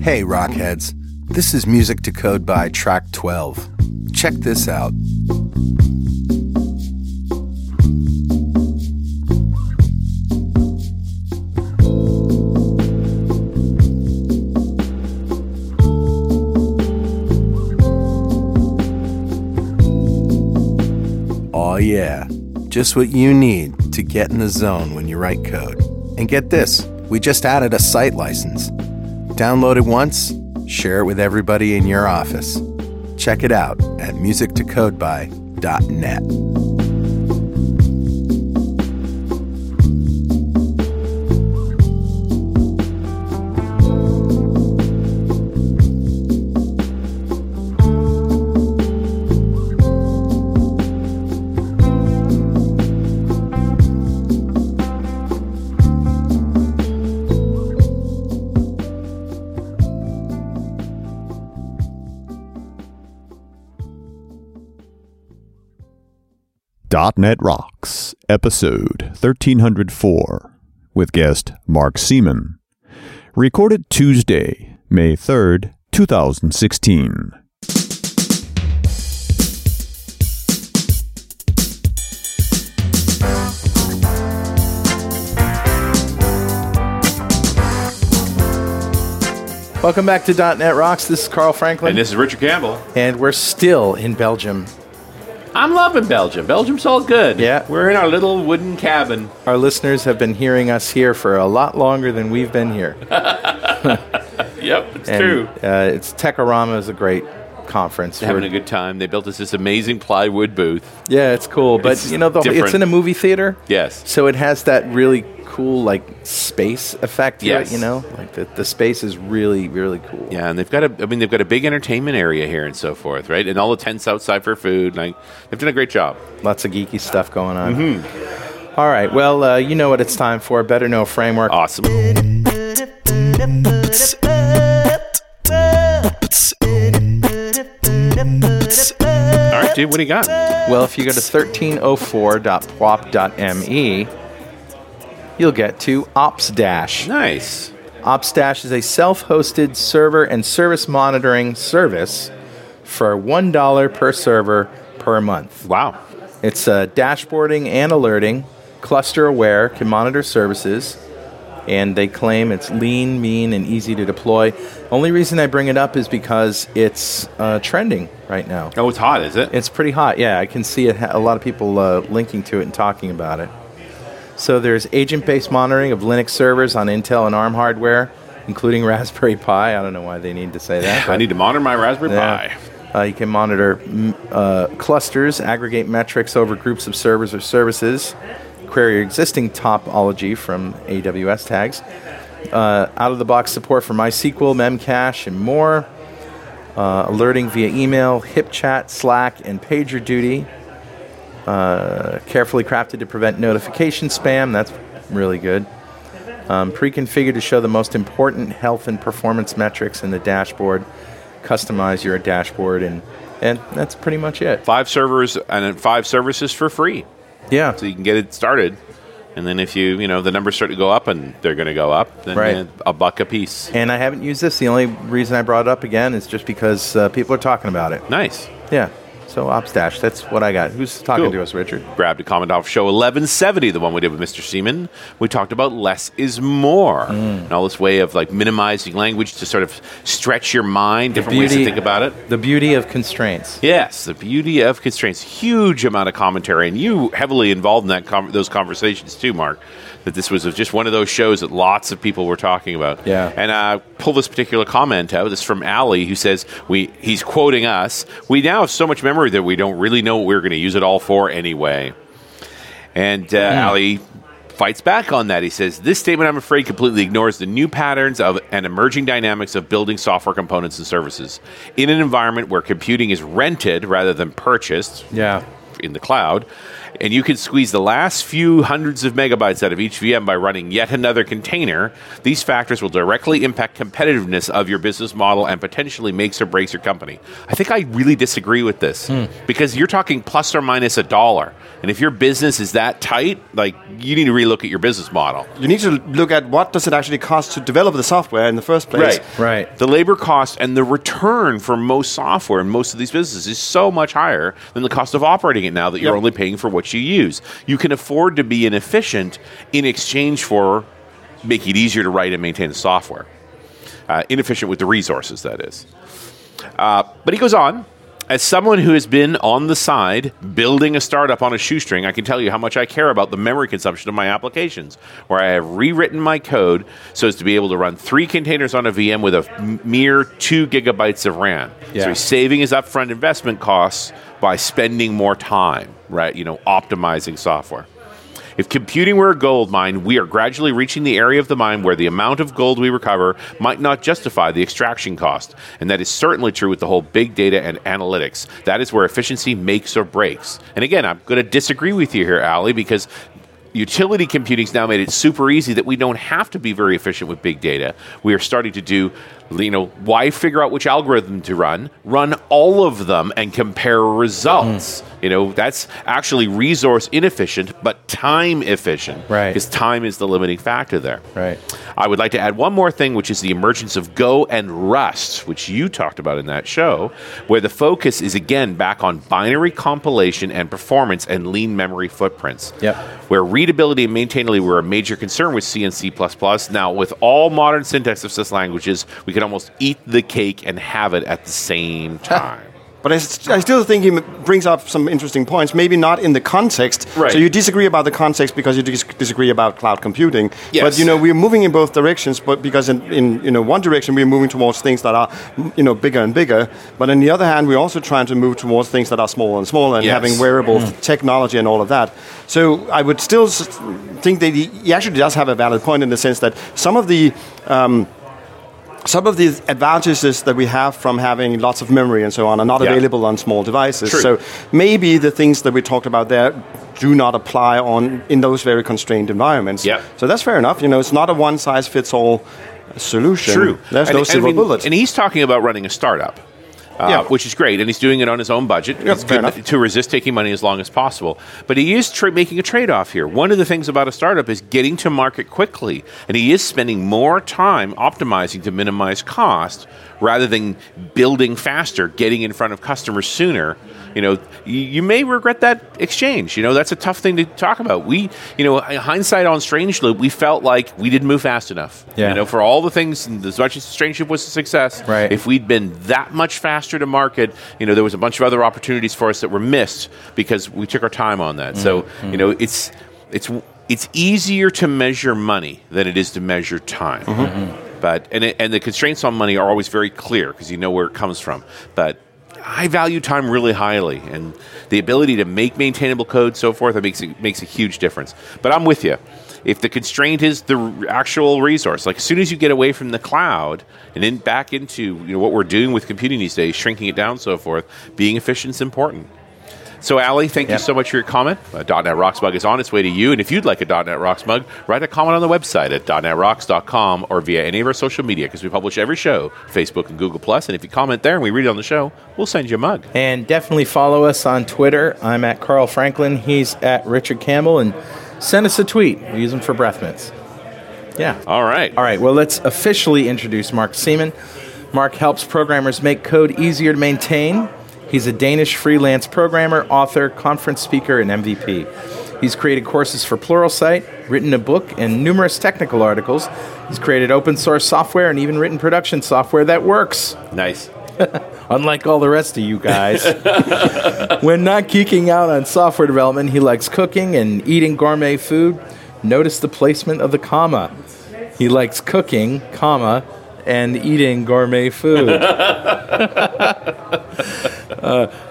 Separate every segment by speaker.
Speaker 1: Hey, Rockheads. This is Music to Code by Track 12. Check this out. Oh, yeah. Just what you need to get in the zone when you write code. And get this we just added a site license. Download it once, share it with everybody in your office. Check it out at musictocodeby.net.
Speaker 2: .NET Rocks, episode 1304, with guest Mark Seaman. Recorded Tuesday, May 3rd, 2016.
Speaker 1: Welcome back to .NET Rocks. This is Carl Franklin,
Speaker 3: And this is Richard Campbell.
Speaker 1: and we're still in Belgium.
Speaker 3: I'm loving Belgium. Belgium's all good.
Speaker 1: Yeah.
Speaker 3: We're in our little wooden cabin.
Speaker 1: Our listeners have been hearing us here for a lot longer than we've been here.
Speaker 3: Yep, it's
Speaker 1: And,
Speaker 3: true.
Speaker 1: Uh, it's Techorama is a great conference.
Speaker 3: Having
Speaker 1: We're-
Speaker 3: a good time. They built us this amazing plywood booth.
Speaker 1: yeah, it's cool, but
Speaker 3: It's
Speaker 1: you know, the, it's
Speaker 3: different.
Speaker 1: in a movie theater.
Speaker 3: Yes.
Speaker 1: So it has that really cool like space effect. to it,
Speaker 3: Yes.
Speaker 1: you know, like the, the space is really really cool.
Speaker 3: Yeah, and they've got a I mean they've got a big entertainment area here and so forth, right? And all the tents outside for food. Like they've done a great job.
Speaker 1: lots of geeky stuff going on. All right, well, uh, you know what it's time for. Better know framework.
Speaker 3: Awesome. All right, dude, what do you got?
Speaker 1: Well, if you go to 1304.pwop.me, E, you'll get to Ops Dash.
Speaker 3: Nice.
Speaker 1: Opstash is a self hosted server and service monitoring service for $1 per server per month.
Speaker 3: Wow.
Speaker 1: It's uh, dashboarding and alerting, cluster aware, can monitor services, and they claim it's lean, mean, and easy to deploy. Only reason I bring it up is because it's uh, trending right now.
Speaker 3: Oh, it's hot, is it?
Speaker 1: It's pretty hot. Yeah, I can see it, ha- a lot of people uh, linking to it and talking about it. So there's agent-based monitoring of Linux servers on Intel and ARM hardware, including Raspberry Pi. I don't know why they need to say that.
Speaker 3: I need to monitor my Raspberry Pi.
Speaker 1: Uh, you can monitor mm, uh, clusters, aggregate metrics over groups of servers or services, query your existing topology from AWS tags, uh, out of the box support for MySQL, Memcache, and more, uh, alerting via email, HipChat, Slack, and PagerDuty. Uh, carefully crafted to prevent notification spam. That's really good. Um, pre-configured to show the most important health and performance metrics in the dashboard. Customize your dashboard, and and that's pretty much it.
Speaker 3: Five servers and then five services for free.
Speaker 1: Yeah,
Speaker 3: so you can get it started. And then if you, you know, the numbers start to go up and they're going to go up, then
Speaker 1: Right.
Speaker 3: uh, a buck a piece.
Speaker 1: and I haven't used this. The only reason I brought it up again is just because uh, people are talking about it.
Speaker 3: Nice.
Speaker 1: Yeah. So Opstash, that's what I got. Who's talking
Speaker 3: Cool.
Speaker 1: to us, Richard?
Speaker 3: Grabbed a comment off show 1170, the one we did with Mr. Seaman. We talked about less is more
Speaker 1: Mm.
Speaker 3: and all this way of like minimizing language to sort of stretch your mind, different ways to
Speaker 1: beauty-
Speaker 3: think about it.
Speaker 1: The beauty of constraints.
Speaker 3: Yes, the beauty of constraints. Huge amount of commentary, and you heavily involved in that com- those conversations too, Mark. That this was just one of those shows that lots of people were talking about.
Speaker 1: Yeah.
Speaker 3: And I pull this particular comment out. This is from Ali, who says we he's quoting us. We now have so much memory that we don't really know what we're going to use it all for anyway. And uh, Ali fights back on that. He says, This statement, I'm afraid, completely ignores the new patterns of and emerging dynamics of building software components and services. In an environment where computing is rented rather than purchased
Speaker 1: Yeah.
Speaker 3: in the cloud, and you can squeeze the last few hundreds of megabytes out of each VM by running yet another container. These factors will directly impact competitiveness of your business model and potentially makes or breaks your company. I think I really disagree with this because you're talking plus or minus a dollar. And if your business is that tight, like you need to relook at your business model.
Speaker 4: You need to look at what does it actually cost to develop the software in the first place.
Speaker 3: Right.
Speaker 5: Right.
Speaker 3: The labor cost and the return for most software and most of these businesses is so much higher than the cost of operating it now that you're
Speaker 4: Yep.
Speaker 3: only paying for what you use. You can afford to be inefficient in exchange for making it easier to write and maintain the software. Uh, inefficient with the resources, that is. Uh, but he goes on. As someone who has been on the side building a startup on a shoestring, I can tell you how much I care about the memory consumption of my applications, where I have rewritten my code so as to be able to run three containers on a VM with a m- mere two gigabytes of RAM. So
Speaker 5: Yeah.
Speaker 3: he's saving his upfront investment costs by spending more time, right? You know, optimizing software. If computing were a gold mine, we are gradually reaching the area of the mine where the amount of gold we recover might not justify the extraction cost. And that is certainly true with the whole big data and analytics. That is where efficiency makes or breaks. And again, I'm going to disagree with you here, Ali, because utility computing's now made it super easy that we don't have to be very efficient with big data. We are starting to do you know, why figure out which algorithm to run? Run all of them and compare
Speaker 5: Mm.
Speaker 3: results. You know, that's actually resource inefficient, but time efficient.
Speaker 5: Right.
Speaker 3: Because time is the limiting factor there.
Speaker 5: Right.
Speaker 3: I would like to add one more thing, which is the emergence of Go and Rust, which you talked about in that show, where the focus is again back on binary compilation and performance and lean memory footprints.
Speaker 5: Yep.
Speaker 3: Where readability and maintainability were a major concern with C and C. Now, with all modern syntax of sys languages, we can almost eat the cake and have it at the same time.
Speaker 4: But I, s- I still think he m- brings up some interesting points, maybe not in the context.
Speaker 3: Right.
Speaker 4: So you disagree about the context because you dis- disagree about cloud computing.
Speaker 3: Yes.
Speaker 4: But you know we're moving in both directions. But because in, in you know one direction we're moving towards things that are m- you know bigger and bigger. But on the other hand, we're also trying to move towards things that are smaller and smaller and
Speaker 3: Yes.
Speaker 4: having wearable technology and all of that. So I would still s- think that he he actually does have a valid point in the sense that some of the some of the advantages that we have from having lots of memory and so on are not
Speaker 3: Yeah.
Speaker 4: available on small devices.
Speaker 3: True.
Speaker 4: So maybe the things that we talked about there do not apply on in those very constrained environments.
Speaker 3: Yeah.
Speaker 4: So that's fair enough. You know, it's not a one size fits all solution.
Speaker 3: True.
Speaker 4: There's
Speaker 3: And-
Speaker 4: no
Speaker 3: and I
Speaker 4: silver
Speaker 3: mean-
Speaker 4: bullet.
Speaker 3: And he's talking about running a startup. uh,
Speaker 4: Yeah.
Speaker 3: which is great, and he's doing it on his own budget. it's
Speaker 4: fair
Speaker 3: good
Speaker 4: enough.
Speaker 3: to resist taking money as long as possible, but he is tra- making a trade-off here. One of the things about a startup is getting to market quickly, and he is spending more time optimizing to minimize cost rather than building faster, getting in front of customers sooner. You know, you, you may regret that exchange. You know, that's a tough thing to talk about. We, you know, hindsight on Strange Loop, we felt like we didn't move fast enough.
Speaker 5: Yeah.
Speaker 3: You know, for all the things, and as much as Strange Loop was a success,
Speaker 5: Right.
Speaker 3: if we'd been that much faster to market, you know, there was a bunch of other opportunities for us that were missed because we took our time on that. So, you know, it's it's it's easier to measure money than it is to measure time. But and it, and the constraints on money are always very clear because you know where it comes from. But I value time really highly, and the ability to make maintainable code, so forth, it makes it makes a huge difference. But I'm with you. If the constraint is the r- actual resource, like as soon as you get away from the cloud and then back into you know, what we're doing with computing these days, shrinking it down, so forth, being efficient is important. So, Ali, thank
Speaker 5: Yep.
Speaker 3: you so much for your comment. Uh, .NET Rocks mug is on its way to you, and if you'd like a .NET Rocks mug, write a comment on the website at .NETRocks.com or via any of our social media because we publish every show, Facebook and Google Plus. And if you comment there and we read it on the show, we'll send you a mug.
Speaker 5: And definitely follow us on Twitter. I'm at Carl Franklin. He's at Richard Campbell. And send us a tweet. We use them for breath mints. Yeah.
Speaker 3: All right.
Speaker 5: All right, well, let's officially introduce Mark Seaman. Mark helps programmers make code easier to maintain. He's a Danish freelance programmer, author, conference speaker, and MVP. He's created courses for Pluralsight, written a book, and numerous technical articles. He's created open source software and even written production software that works
Speaker 3: Nice.
Speaker 5: unlike all the rest of you guys. when not geeking out on software development, he likes cooking and eating gourmet food. Notice the placement of the comma. He likes cooking, comma, and eating gourmet food. Uh,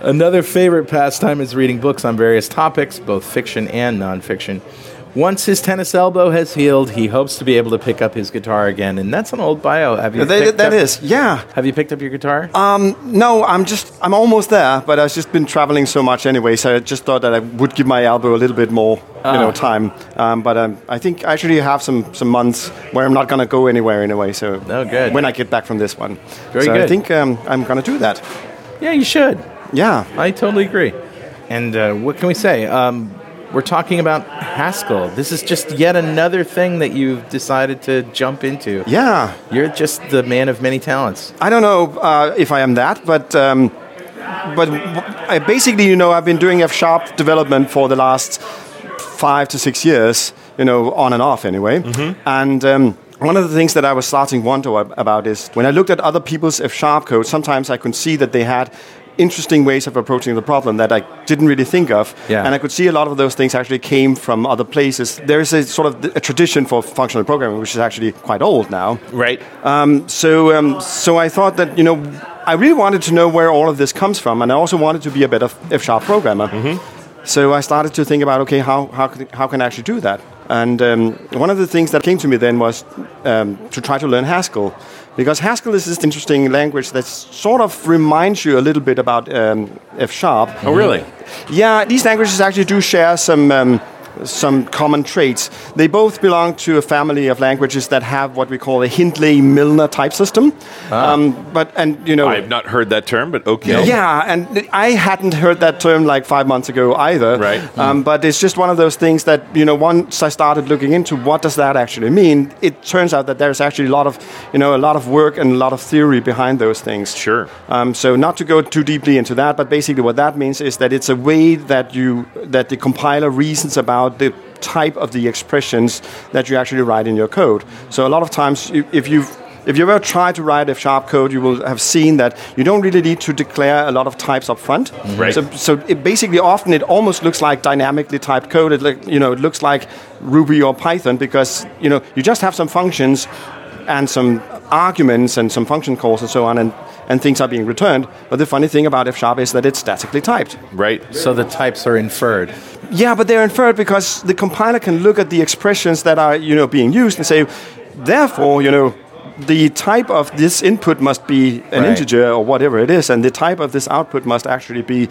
Speaker 5: another favorite pastime is reading books on various topics, both fiction and nonfiction. Once his tennis elbow has healed, he hopes to be able to pick up his guitar again. And that's an old bio. Have you?
Speaker 4: They-
Speaker 5: picked
Speaker 4: that
Speaker 5: up-
Speaker 4: is, yeah.
Speaker 5: Have you picked up your guitar?
Speaker 4: Um, No, I'm just, I'm almost there, but I've just been traveling so much anyway, so I just thought that I would give my elbow a little bit more, you
Speaker 5: Ah.
Speaker 4: know, time. Um, but um, I think I actually have some, some months where I'm not going to go anywhere anyway, so
Speaker 5: Oh, good.
Speaker 4: when I get back from this one.
Speaker 5: Very
Speaker 4: so I
Speaker 5: good.
Speaker 4: think um, I'm going to do that.
Speaker 5: yeah, you should.
Speaker 4: Yeah.
Speaker 5: I totally agree. And uh, what can we say? Um, we're talking about Haskell. This is just yet another thing that you've decided to jump into.
Speaker 4: Yeah.
Speaker 5: You're just the man of many talents.
Speaker 4: I don't know uh, if I am that, but um, but I basically, you know, I've been doing F sharp development for the last five to six years, you know, on and off anyway. And um, one of the things that I was starting to wonder ab- about is when I looked at other people's F sharp code, sometimes I could see that they had interesting ways of approaching the problem that I didn't really think of.
Speaker 5: Yeah.
Speaker 4: And I could see a lot of those things actually came from other places. There's a sort of a tradition for functional programming, which is actually quite old now.
Speaker 3: Right.
Speaker 4: Um, so, um, so I thought that you know, I really wanted to know where all of this comes from, and I also wanted to be a better F sharp programmer.
Speaker 3: Mm-hmm.
Speaker 4: So I started to think about okay, how how can, how can I actually do that? And um, one of the things that came to me then was um, to try to learn Haskell, because Haskell is this interesting language that sort of reminds you a little bit about um, F sharp.
Speaker 3: oh, really?
Speaker 4: Yeah, these languages actually do share some um, some common traits. They both belong to a family of languages that have what we call a Hindley-Milner type system. Um, but and you know.
Speaker 3: Ah. I've not heard that term, but okay.
Speaker 4: yeah, and I hadn't heard that term like five months ago either.
Speaker 3: Right. Hmm.
Speaker 4: Um, But it's just one of those things that you know. Once I started looking into what does that actually mean, it turns out that there's actually a lot of you know a lot of work and a lot of theory behind those things.
Speaker 3: Sure.
Speaker 4: Um, so not to go too deeply into that, but basically what that means is that it's a way that you that the compiler reasons about the type of the expressions that you actually write in your code. So a lot of times, i- if you if you ever try to write F sharp code, you will have seen that you don't really need to declare a lot of types up front.
Speaker 3: Right.
Speaker 4: So, so it basically, often it almost looks like dynamically typed code. It like, you know, it looks like Ruby or Python because you know you just have some functions and some arguments and some function calls and so on, and, and things are being returned. But the funny thing about F sharp is that it's statically typed.
Speaker 3: Right.
Speaker 5: So the types are inferred.
Speaker 4: Yeah, but they're inferred because the compiler can look at the expressions that are you know being used and say, therefore, you know. The type of this input must be an
Speaker 5: Right.
Speaker 4: integer or whatever it is, and the type of this output must actually be,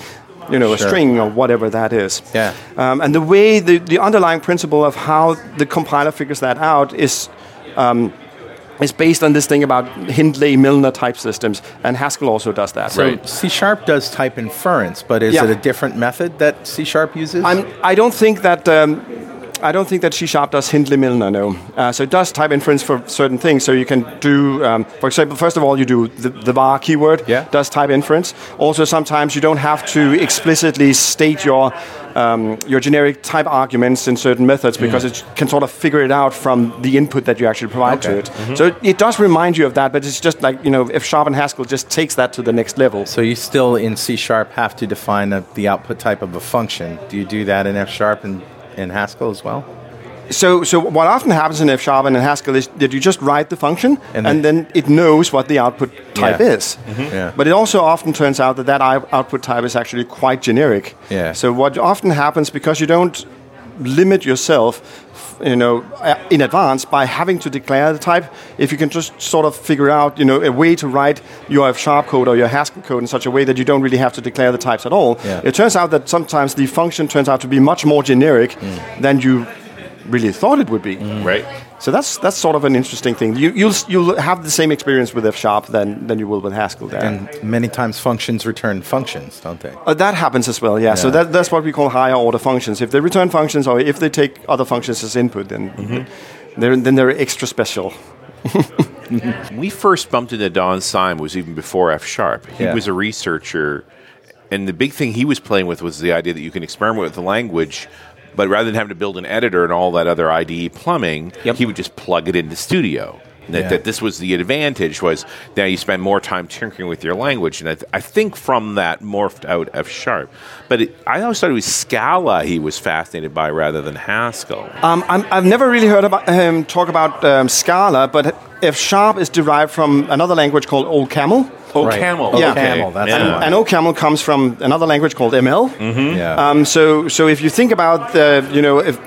Speaker 4: you know, a
Speaker 5: Sure.
Speaker 4: string or whatever that is.
Speaker 5: Yeah.
Speaker 4: Um, and the way the, the underlying principle of how the compiler figures that out is um, is based on this thing about Hindley Milner type systems, and Haskell also does that.
Speaker 5: So
Speaker 3: Right.
Speaker 5: C sharp does type inference, but is
Speaker 4: Yeah.
Speaker 5: it a different method that C sharp uses?
Speaker 4: I'm, I don't think that. Um, I don't think that C sharp does Hindley Milner, no. Uh, so it does type inference for certain things. So you can do, um, for example, first of all, you do the, the var keyword,
Speaker 5: Yeah.
Speaker 4: does type inference. Also, sometimes you don't have to explicitly state your, um, your generic type arguments in certain methods
Speaker 5: Mm.
Speaker 4: because it can sort of figure it out from the input that you actually provide to
Speaker 5: Okay. Mm-hmm.
Speaker 4: it. So it, it does remind you of that, but it's just like, you know, if Sharp and Haskell just takes that to the next level.
Speaker 5: so you still in C sharp have to define a, the output type of a function. Do you do that in F sharp and, and Haskell as well?
Speaker 4: So, so what often happens in F sharp and in Haskell is that you just write the function,
Speaker 5: And
Speaker 4: and,
Speaker 5: then-
Speaker 4: then it knows what the output
Speaker 5: Yeah.
Speaker 4: type
Speaker 5: Mm-hmm.
Speaker 4: is.
Speaker 5: Yeah.
Speaker 4: But it also often turns out that that ou- output type is actually quite generic.
Speaker 5: Yeah.
Speaker 4: So what often happens because you don't limit yourself, you know, uh, in advance by having to declare the type. If you can just sort of figure out, you know, a way to write your F sharp code or your Haskell code in such a way that you don't really have to declare the types at all,
Speaker 5: Yeah.
Speaker 4: it turns out that sometimes the function turns out to be much more generic
Speaker 5: Mm.
Speaker 4: than you really thought it would be.
Speaker 3: Right.
Speaker 4: So that's that's sort of an interesting thing. You, you'll s- you'll have the same experience with F sharp than than you will with Haskell there.
Speaker 5: And many times functions return functions, don't they?
Speaker 4: Uh, that happens as well, yeah. So
Speaker 5: Yeah.
Speaker 4: that, that's what we call higher order functions. If they return functions or if they take other functions as input, then they're, then they're extra special.
Speaker 3: we first bumped into Don Syme was even before F sharp. He
Speaker 5: Yeah.
Speaker 3: was a researcher, and the big thing he was playing with was the idea that you can experiment with the language, but rather than having to build an editor and all that other IDE plumbing, he would just plug it into Studio. And That,
Speaker 5: Yeah.
Speaker 3: that this was the advantage was now you spend more time tinkering with your language, and I, th- I think from that morphed out F sharp. But it, I always thought it was Scala he was fascinated by rather than Haskell.
Speaker 4: Um, I'm, I've never really heard about him talk about um, Scala, but F sharp is derived from another language called Old Camel.
Speaker 3: Oh,
Speaker 5: Right.
Speaker 3: Camel,
Speaker 5: Oh,
Speaker 3: okay.
Speaker 5: Camel, that's
Speaker 3: Yeah.
Speaker 5: the one.
Speaker 4: And Old Camel comes from another language called ML.
Speaker 5: Yeah.
Speaker 4: Um, so, so if you think about the, you know, if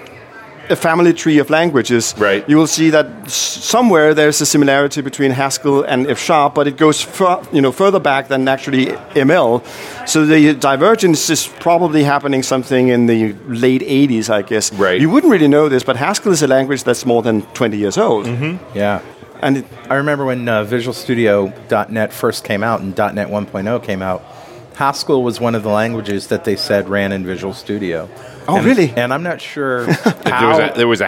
Speaker 4: a family tree of languages,
Speaker 3: Right.
Speaker 4: you will see that s- somewhere there's a similarity between Haskell and F sharp, but it goes fu- you know further back than actually ML. So the divergence is probably happening something in the late 80s, I guess.
Speaker 3: Right.
Speaker 4: You wouldn't really know this, but Haskell is a language that's more than 20 years old,
Speaker 3: Mm-hmm.
Speaker 5: Yeah.
Speaker 4: and it,
Speaker 5: I remember when uh, Visual Studio .NET first came out and .NET 1.0 came out. Haskell was one of the languages that they said ran in Visual Studio.
Speaker 4: Oh,
Speaker 5: And-
Speaker 4: really?
Speaker 5: And I'm not sure
Speaker 3: There was,
Speaker 5: how.
Speaker 3: a, there was a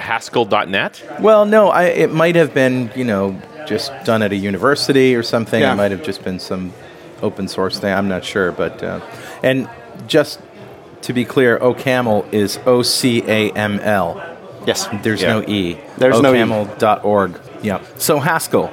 Speaker 3: Haskell.net.
Speaker 5: well, no, I, it might have been you know just done at a university or something.
Speaker 4: Yeah.
Speaker 5: It might have just been some open source thing. I'm not sure, but uh, and just to be clear, OCaml is O C A M L.
Speaker 4: yes,
Speaker 5: There's
Speaker 3: Yeah.
Speaker 5: no E.
Speaker 4: There's no E.
Speaker 5: OCaml.org. Yeah. So Haskell.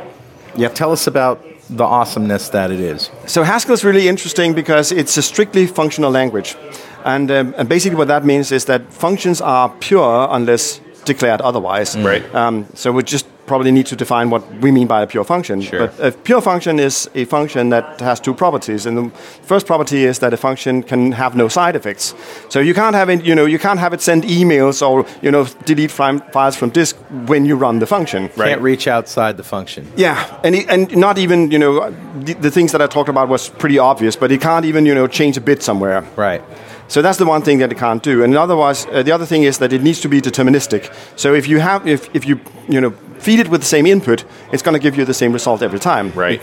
Speaker 4: Yep.
Speaker 5: Tell us about the awesomeness that it is.
Speaker 4: So Haskell is really interesting because it's a strictly functional language, and um, and basically what that means is that functions are pure unless declared otherwise.
Speaker 3: Right.
Speaker 4: Um, so we just probably need to define what we mean by a pure function.
Speaker 5: Sure.
Speaker 4: But a pure function is a function that has two properties, and the first property is that a function can have no side effects. So you can't have it, you know, you can't have it send emails or you know delete frim- files from disk when you run the function.
Speaker 3: Right.
Speaker 5: Can't reach outside the function.
Speaker 4: Yeah, and it, and not even you know the, the things that I talked about was pretty obvious, but it can't even you know change a bit somewhere.
Speaker 5: Right.
Speaker 4: So that's the one thing that it can't do. And otherwise, uh, the other thing is that it needs to be deterministic. So if you have if, if you you know feed it with the same input, it's going to give you the same result every time.
Speaker 3: Right.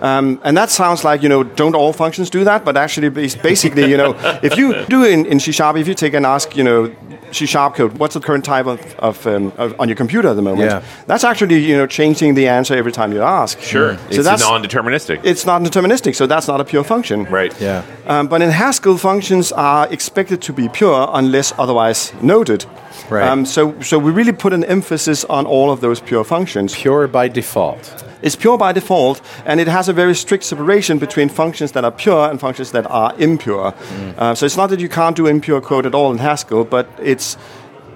Speaker 4: Um, and that sounds like you know don't all functions do that? But actually, bas- basically, you know, if you do in, in C sharp, if you take and ask you know C sharp code, what's the current type of, of, um, of on your computer at the moment?
Speaker 5: Yeah.
Speaker 4: That's actually you know changing the answer every time you ask.
Speaker 3: Sure.
Speaker 4: So
Speaker 3: It's
Speaker 4: that's
Speaker 3: non-deterministic.
Speaker 4: it's not deterministic, so that's not a pure function.
Speaker 3: right.
Speaker 5: Yeah.
Speaker 4: Um, but in Haskell, functions are expected to be pure unless otherwise noted. Um,
Speaker 5: Right.
Speaker 4: so, so we really put an emphasis on all of those pure functions.
Speaker 5: Pure by default.
Speaker 4: It's pure by default, and it has a very strict separation between functions that are pure and functions that are impure. Uh, so it's not that you can't do impure code at all in Haskell, but it's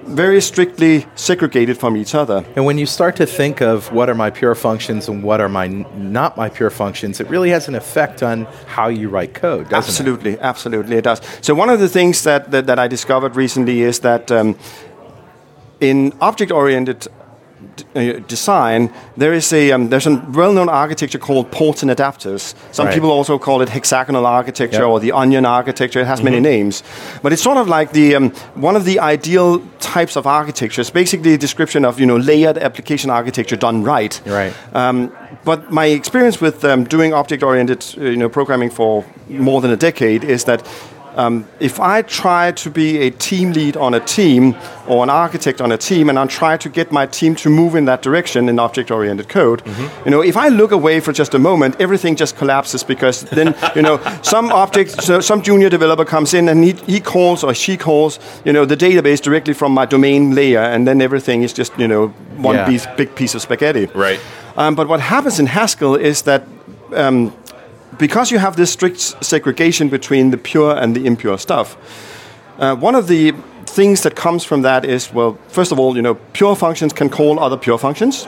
Speaker 4: very strictly segregated from each other.
Speaker 5: And when you start to think of what are my pure functions and what are my n- not my pure functions, it really has an effect on how you write code, doesn't it?
Speaker 4: absolutely, absolutely, it does. So one of the things that that, that I discovered recently is that um, in object-oriented d- uh, design, there is a um, there's a well-known architecture called ports and adapters. Some
Speaker 5: Right.
Speaker 4: people also call it hexagonal architecture
Speaker 5: Yep. Mm-hmm.
Speaker 4: or the onion architecture. It has many names, but it's sort of like the um, one of the ideal types of architectures. Basically, a description of you know layered application architecture done right.
Speaker 5: Right.
Speaker 4: Um, but my experience with um, doing object-oriented, uh, you know, programming for more than a decade is that um, if I try to be a team lead on a team or an architect on a team, and I try to get my team to move in that direction in object-oriented code, you know, if I look away for just a moment, everything just collapses because then you know some object, so some junior developer comes in and he, he calls or she calls, you know, the database directly from my domain layer, and then everything is just you know one
Speaker 5: Yeah.
Speaker 4: piece, big piece of spaghetti.
Speaker 3: Right.
Speaker 4: Um, but what happens in Haskell is that um, because you have this strict s- segregation between the pure and the impure stuff, uh, one of the things that comes from that is well, first of all, you know, pure functions can call other pure functions.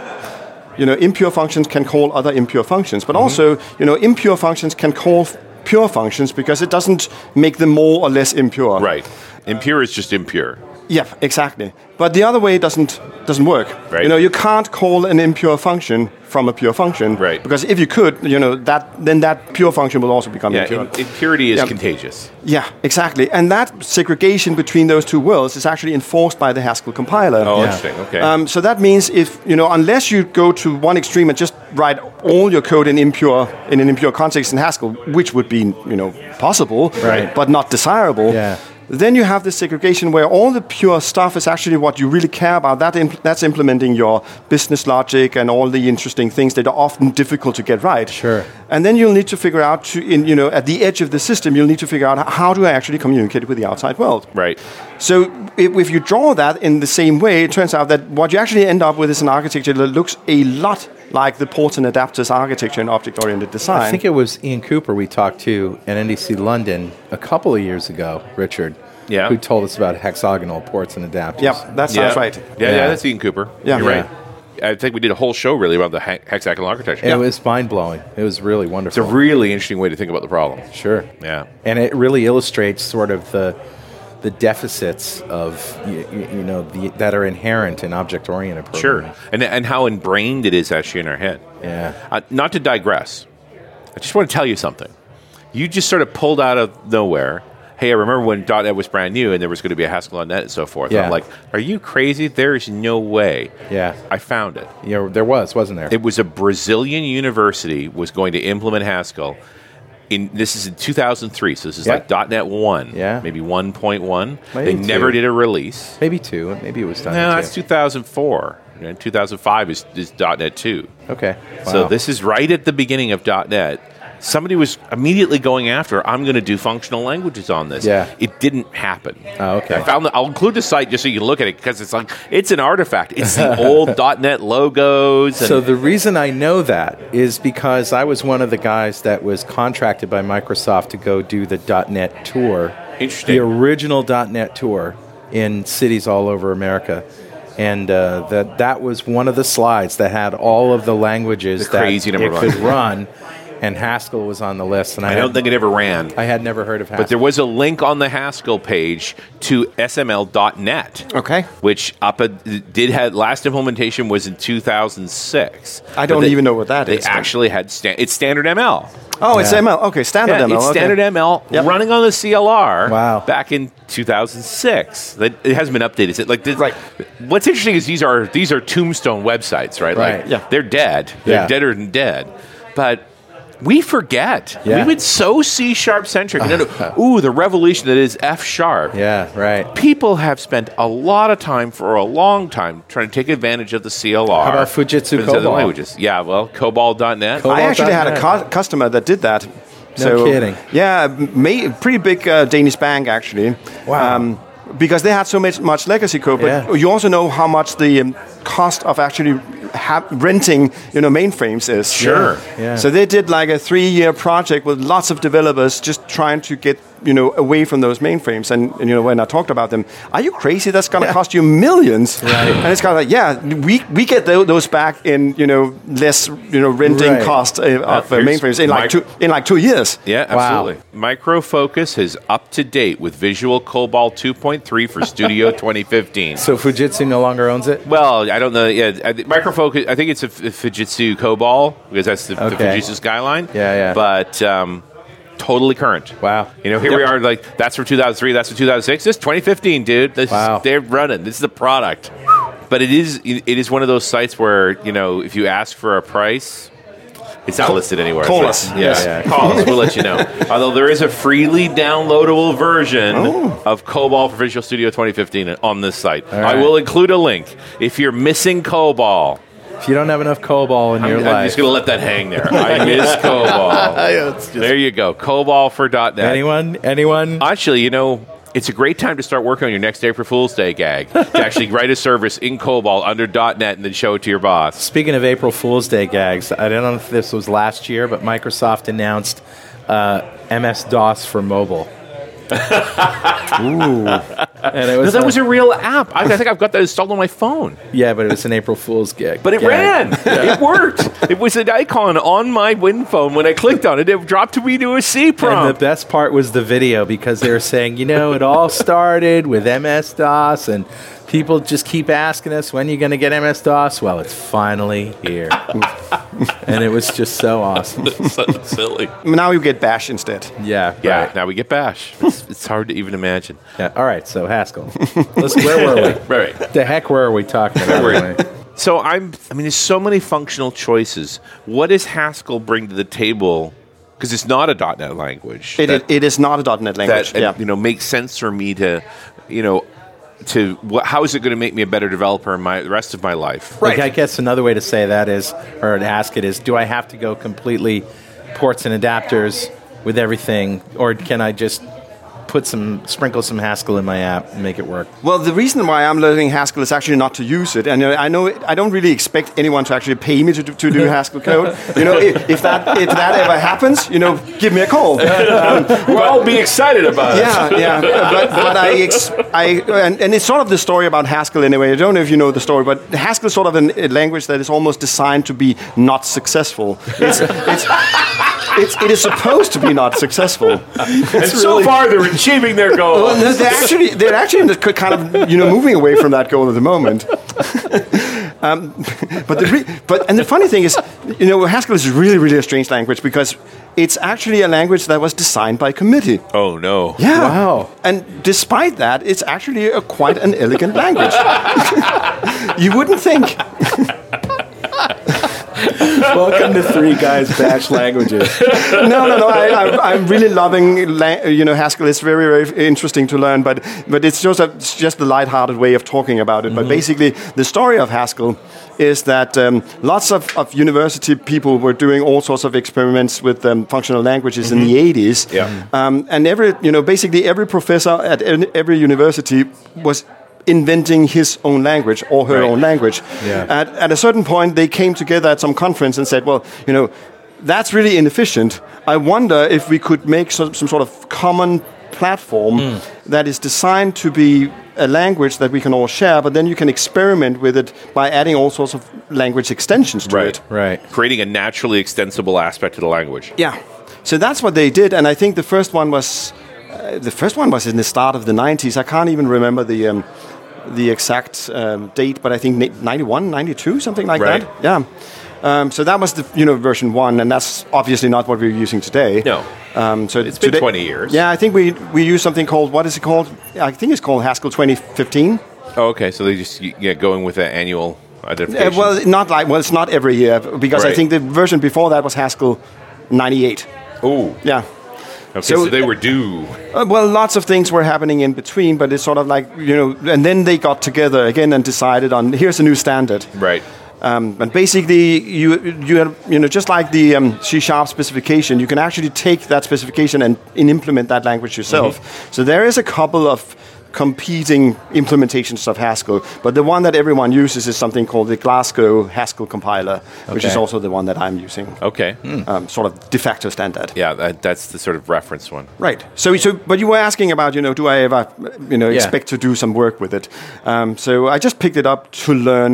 Speaker 4: You know, impure functions can call other impure functions,
Speaker 3: Mm-hmm.
Speaker 4: but also, you know, impure functions can call f- pure functions because it doesn't make them more or less impure.
Speaker 3: Right. Impure is just impure.
Speaker 4: Yeah, exactly. But the other way doesn't doesn't work.
Speaker 3: Right.
Speaker 4: You know, you can't call an impure function from a pure function.
Speaker 3: Right.
Speaker 4: Because if you could, you know, that then that pure function will also become
Speaker 3: Yeah.
Speaker 4: impure.
Speaker 3: im- impurity is
Speaker 4: Yeah.
Speaker 3: contagious.
Speaker 4: yeah, exactly. And that segregation between those two worlds is actually enforced by the Haskell compiler.
Speaker 3: Oh,
Speaker 5: Yeah.
Speaker 3: interesting. Okay.
Speaker 4: Um, so that means if you know, unless you go to one extreme and just write all your code in impure in an impure context in Haskell, which would be you know possible,
Speaker 5: Right.
Speaker 4: but not desirable.
Speaker 5: Yeah.
Speaker 4: Then you have this segregation where all the pure stuff is actually what you really care about. That imp- that's implementing your business logic and all the interesting things that are often difficult to get right.
Speaker 5: Sure.
Speaker 4: And then you'll need to figure out to in, you know at the edge of the system, you'll need to figure out h- how do I actually communicate with the outside world.
Speaker 3: right.
Speaker 4: So if, if you draw that in the same way, it turns out that what you actually end up with is an architecture that looks a lot like the ports and adapters architecture in object-oriented design.
Speaker 5: I think it was Ian Cooper we talked to at NDC London a couple of years ago, Richard.
Speaker 3: Yeah.
Speaker 5: Who told us about hexagonal ports and adapters.
Speaker 4: yep, that sounds
Speaker 3: yeah.
Speaker 4: right.
Speaker 3: Yeah, yeah.
Speaker 5: Yeah.
Speaker 3: That's Ian Cooper.
Speaker 4: Yeah.
Speaker 3: You're
Speaker 4: Yeah.
Speaker 3: right. I think we did a whole show really about the he- hexagonal architecture.
Speaker 5: It was mind blowing. It was really
Speaker 3: It's a
Speaker 5: wonderful.
Speaker 3: really interesting way to think about the problem.
Speaker 5: sure.
Speaker 3: Yeah.
Speaker 5: and it really illustrates sort of the the deficits of you, you know the, that are inherent in object-oriented programming.
Speaker 3: Sure. And, and how ingrained it is actually in our head.
Speaker 5: Yeah.
Speaker 3: Uh, not to digress, I just want to tell you something. You just sort of pulled out of nowhere. Hey, I remember when .NET was brand new and there was going to be a Haskell on .NET and so forth.
Speaker 5: Yeah.
Speaker 3: I'm like, are you crazy? There is no way.
Speaker 5: Yeah.
Speaker 3: I found it.
Speaker 5: You know, there was, wasn't there?
Speaker 3: It was a Brazilian university was going to implement Haskell. In this is in 2003, so this is
Speaker 5: Yeah.
Speaker 3: like .NET one,
Speaker 5: Yeah.
Speaker 3: maybe 1.1. They
Speaker 5: Maybe
Speaker 3: never
Speaker 5: two.
Speaker 3: did a release.
Speaker 5: maybe two. Maybe it was done.
Speaker 3: No,
Speaker 5: in
Speaker 3: that's
Speaker 5: two.
Speaker 3: 2004. You know, 2005 is, is .NET 2.
Speaker 5: Okay.
Speaker 3: So
Speaker 5: Wow.
Speaker 3: this is right at the beginning of .NET. Somebody was immediately going after, I'm going to do functional languages on this.
Speaker 5: Yeah.
Speaker 3: It didn't happen.
Speaker 5: Oh, okay.
Speaker 3: I found the, I'll include the site just so you can look at it because it's like, it's an artifact. It's the old .NET logos. And
Speaker 5: So the reason I know that is because I was one of the guys that was contracted by Microsoft to go do the .NET tour.
Speaker 3: Interesting.
Speaker 5: The original .NET tour in cities all over America. And uh, that that was one of the slides that had all of the languages
Speaker 3: The
Speaker 5: that
Speaker 3: crazy number
Speaker 5: it
Speaker 3: of
Speaker 5: could
Speaker 3: languages.
Speaker 5: run, and Haskell was on the list. And I,
Speaker 3: I
Speaker 5: had,
Speaker 3: don't think it ever ran.
Speaker 5: I had never heard of Haskell.
Speaker 3: But there was a link on the Haskell page to SML.net.
Speaker 4: Okay.
Speaker 3: Which up at, did had last implementation was in 2006.
Speaker 4: I don't
Speaker 3: But they-
Speaker 4: even know what that
Speaker 3: they
Speaker 4: is.
Speaker 3: actually had sta- it's standard ML.
Speaker 4: Oh, it's
Speaker 5: Yeah.
Speaker 4: ML. Okay, standard
Speaker 3: Yeah,
Speaker 4: ML.
Speaker 3: it's
Speaker 4: okay.
Speaker 3: standard ML
Speaker 4: Yep.
Speaker 3: running on the CLR.
Speaker 5: Wow.
Speaker 3: Back in 2006, That- it hasn't been updated. Is it like this,
Speaker 4: Right.
Speaker 3: What's interesting is these are these are tombstone websites, right?
Speaker 5: Right.
Speaker 3: Like
Speaker 4: Yeah.
Speaker 3: they're dead. They're
Speaker 5: Yeah.
Speaker 3: deader than dead. But we forget.
Speaker 5: Yeah.
Speaker 3: We went so C sharp centric. And then, Ooh, the revolution that is F sharp
Speaker 5: yeah, right.
Speaker 3: people have spent a lot of time for a long time trying to take advantage of the CLR.
Speaker 5: How about Fujitsu
Speaker 3: But it's other
Speaker 5: COBOL?
Speaker 3: languages? Yeah, well, COBOL.net.
Speaker 5: Cobol-
Speaker 4: I actually had a
Speaker 5: .NET.
Speaker 4: cu- customer that did that.
Speaker 5: No kidding.
Speaker 4: Yeah, ma- pretty big uh, Danish bank actually. Um,
Speaker 5: Wow.
Speaker 4: because they had so much, much legacy code, but
Speaker 5: Yeah.
Speaker 4: you also know how much the um, cost of actually ha- renting, you know, mainframes is.
Speaker 3: Sure.
Speaker 5: Yeah.
Speaker 4: So they did like a three-year project with lots of developers just trying to get you know away from those mainframes. And, and you know when I talked about them, are you crazy? That's going to cost you millions. Right. And it's kind of like yeah, we we get tho- those back in you know less you know renting
Speaker 5: Right.
Speaker 4: cost uh, of uh,
Speaker 3: here's
Speaker 4: mainframes in
Speaker 3: my-
Speaker 4: like two in like two years.
Speaker 3: yeah,
Speaker 5: Wow.
Speaker 3: absolutely. Micro Focus is up to date with Visual COBOL 2.3 for Studio 2015.
Speaker 5: So Fujitsu no longer owns it?
Speaker 3: Well, I don't know. Yeah, I think Micro Focus. I think it's a, F- Fujitsu COBOL because that's the, the
Speaker 5: Okay.
Speaker 3: Fujitsu skyline.
Speaker 5: Yeah, yeah.
Speaker 3: But um, totally current.
Speaker 5: Wow.
Speaker 3: You know, here we are. Like that's from 2003. That's from 2006. This is 2015, dude. This is-
Speaker 5: Wow.
Speaker 3: they're running. This is the product. But it is it is one of those sites where you know if you ask for a price. It's not listed anywhere.
Speaker 4: call
Speaker 3: It's
Speaker 4: us.
Speaker 3: like- Yeah,
Speaker 5: Yeah, yeah.
Speaker 3: call us. We'll let you know. Although there is a freely downloadable version of COBOL for Visual Studio 2015 on this site. I
Speaker 5: Oh. right.
Speaker 3: will include a link if you're missing COBOL.
Speaker 5: If you don't have enough COBOL in
Speaker 3: I'm,
Speaker 5: your
Speaker 3: I'm
Speaker 5: life,
Speaker 3: just going to let that hang there. I miss
Speaker 4: Uh,
Speaker 3: COBOL. there you go. COBOL for .NET.
Speaker 5: anyone, anyone,
Speaker 3: Actually, you know, it's a great time to start working on your next day for Fool's Day gag. to actually write a service in COBOL under .NET and then show it to your boss.
Speaker 5: Speaking of April Fool's Day gags, I don't know if this was last year, but Microsoft announced uh, MS DOS for mobile. Ooh, and it was,
Speaker 3: That was a real app. I, I think I've got that installed on my phone.
Speaker 5: yeah, but it was an April Fool's gig.
Speaker 3: But it
Speaker 5: gag.
Speaker 3: ran. It worked. It was an icon on my Win phone. When I clicked on it, it dropped me to a C
Speaker 5: And the
Speaker 3: prompt.
Speaker 5: best part was the video because they were saying, you know, it all started with MS DOS, and people just keep asking us when you're going to get MS DOS. Well, it's finally here, and it was just so awesome.
Speaker 3: silly.
Speaker 4: Now you get Bash instead.
Speaker 5: Yeah,
Speaker 3: Yeah.
Speaker 5: right.
Speaker 3: Now we get Bash. It's, it's hard to even imagine.
Speaker 5: yeah. All right, so Haskell, Let's, where were we?
Speaker 3: Right. right.
Speaker 5: The heck were we talking about? anyway?
Speaker 3: So I'm. I mean, there's so many functional choices. What does Haskell bring to the table? Because it's not a .NET language.
Speaker 4: It,
Speaker 3: that,
Speaker 4: it is not a .NET language.
Speaker 3: that, uh,
Speaker 4: yeah.
Speaker 3: you know makes sense for me to, you know, to wh- how is it going to make me a better developer in my the rest of my life?
Speaker 5: Like, I guess another way to say that is, or to ask it is, do I have to go completely ports and adapters with everything, or can I just put some, sprinkle some Haskell in my app and make it work?
Speaker 4: Well, the reason why I'm learning Haskell is actually not to use it, and you know, I know it, I don't really expect anyone to actually pay me to do, to do Haskell code. You know, if, if that if that ever happens, you know, give me a call. Um,
Speaker 3: We'll all be excited about
Speaker 4: yeah, yeah. But, but I, ex- I and, and it's sort of the story about Haskell anyway. I don't know if you know the story, but Haskell is sort of an, a language that is almost designed to be not successful. It's, it's, it's, it is supposed to be not successful.
Speaker 3: And so far, they're in achieving their goal.
Speaker 4: Well, no, they're actually they're actually in the k- kind of you know moving away from that goal at the moment. um, but the re- but and the funny thing is, you know, Haskell is really really a strange language because it's actually a language that was designed by committee.
Speaker 3: oh no!
Speaker 4: Yeah.
Speaker 5: Wow.
Speaker 4: And despite that, it's actually a quite an elegant language. you wouldn't think.
Speaker 6: Welcome to Three Guys Bash Languages.
Speaker 4: no, no, no. I, I, I'm really loving, la- you know, Haskell. It's very, very interesting to learn, but but it's just a, it's just a lighthearted way of talking about it. But basically, the story of Haskell is that um, lots of, of university people were doing all sorts of experiments with um, functional languages in the 80s.
Speaker 3: Yeah. Mhm.
Speaker 4: Um, and every, you know, basically every professor at en- every university was inventing his own language or her
Speaker 3: Right.
Speaker 4: own language.
Speaker 5: Yeah.
Speaker 4: At, at a certain point, they came together at some conference and said, well, you know, that's really inefficient. I wonder if we could make some, some sort of common platform
Speaker 3: Hmm.
Speaker 4: that is designed to be a language that we can all share, but then you can experiment with it by adding all sorts of language extensions to
Speaker 3: Right.
Speaker 4: it.
Speaker 5: Right.
Speaker 3: Creating a naturally extensible aspect of the language.
Speaker 4: Yeah. So that's what they did, and I think the first one was uh, the first one was in the start of the '90s. I can't even remember the um, the exact um, date, but I think ni- 91, 92, something like
Speaker 3: Right.
Speaker 4: that. Yeah. Um, so that was the you know version one, and that's obviously not what we're using today.
Speaker 3: No.
Speaker 4: Um, so
Speaker 3: It's been 20 years.
Speaker 4: Yeah, I think we we use something called what is it called? I think it's called Haskell 2015.
Speaker 3: Oh, okay, so they just yeah going with the annual
Speaker 4: Uh,
Speaker 3: identification.
Speaker 4: well, not like well, it's not every year because I
Speaker 3: Right.
Speaker 4: think the version before that was Haskell 98.
Speaker 3: oh,
Speaker 4: Yeah.
Speaker 3: okay,
Speaker 4: so-
Speaker 3: so, they were due.
Speaker 4: Uh, well, lots of things were happening in between, but it's sort of like you know, and then they got together again and decided on here's a new standard.
Speaker 3: Right.
Speaker 4: Um, and basically, you you have, you know just like the um, C sharp specification, you can actually take that specification and, and implement that language yourself. So there is a couple of competing implementations of Haskell, but the one that everyone uses is something called the Glasgow Haskell compiler, which is
Speaker 5: Okay.
Speaker 4: also the one that I'm using,
Speaker 3: Okay.
Speaker 5: Hmm.
Speaker 4: um, sort of de facto standard.
Speaker 3: Yeah, that, that's the sort of reference one.
Speaker 4: Right. So, so, but you were asking about, you know, do I ever, you know,
Speaker 5: Yeah.
Speaker 4: expect to do some work with it? Um, so I just picked it up to learn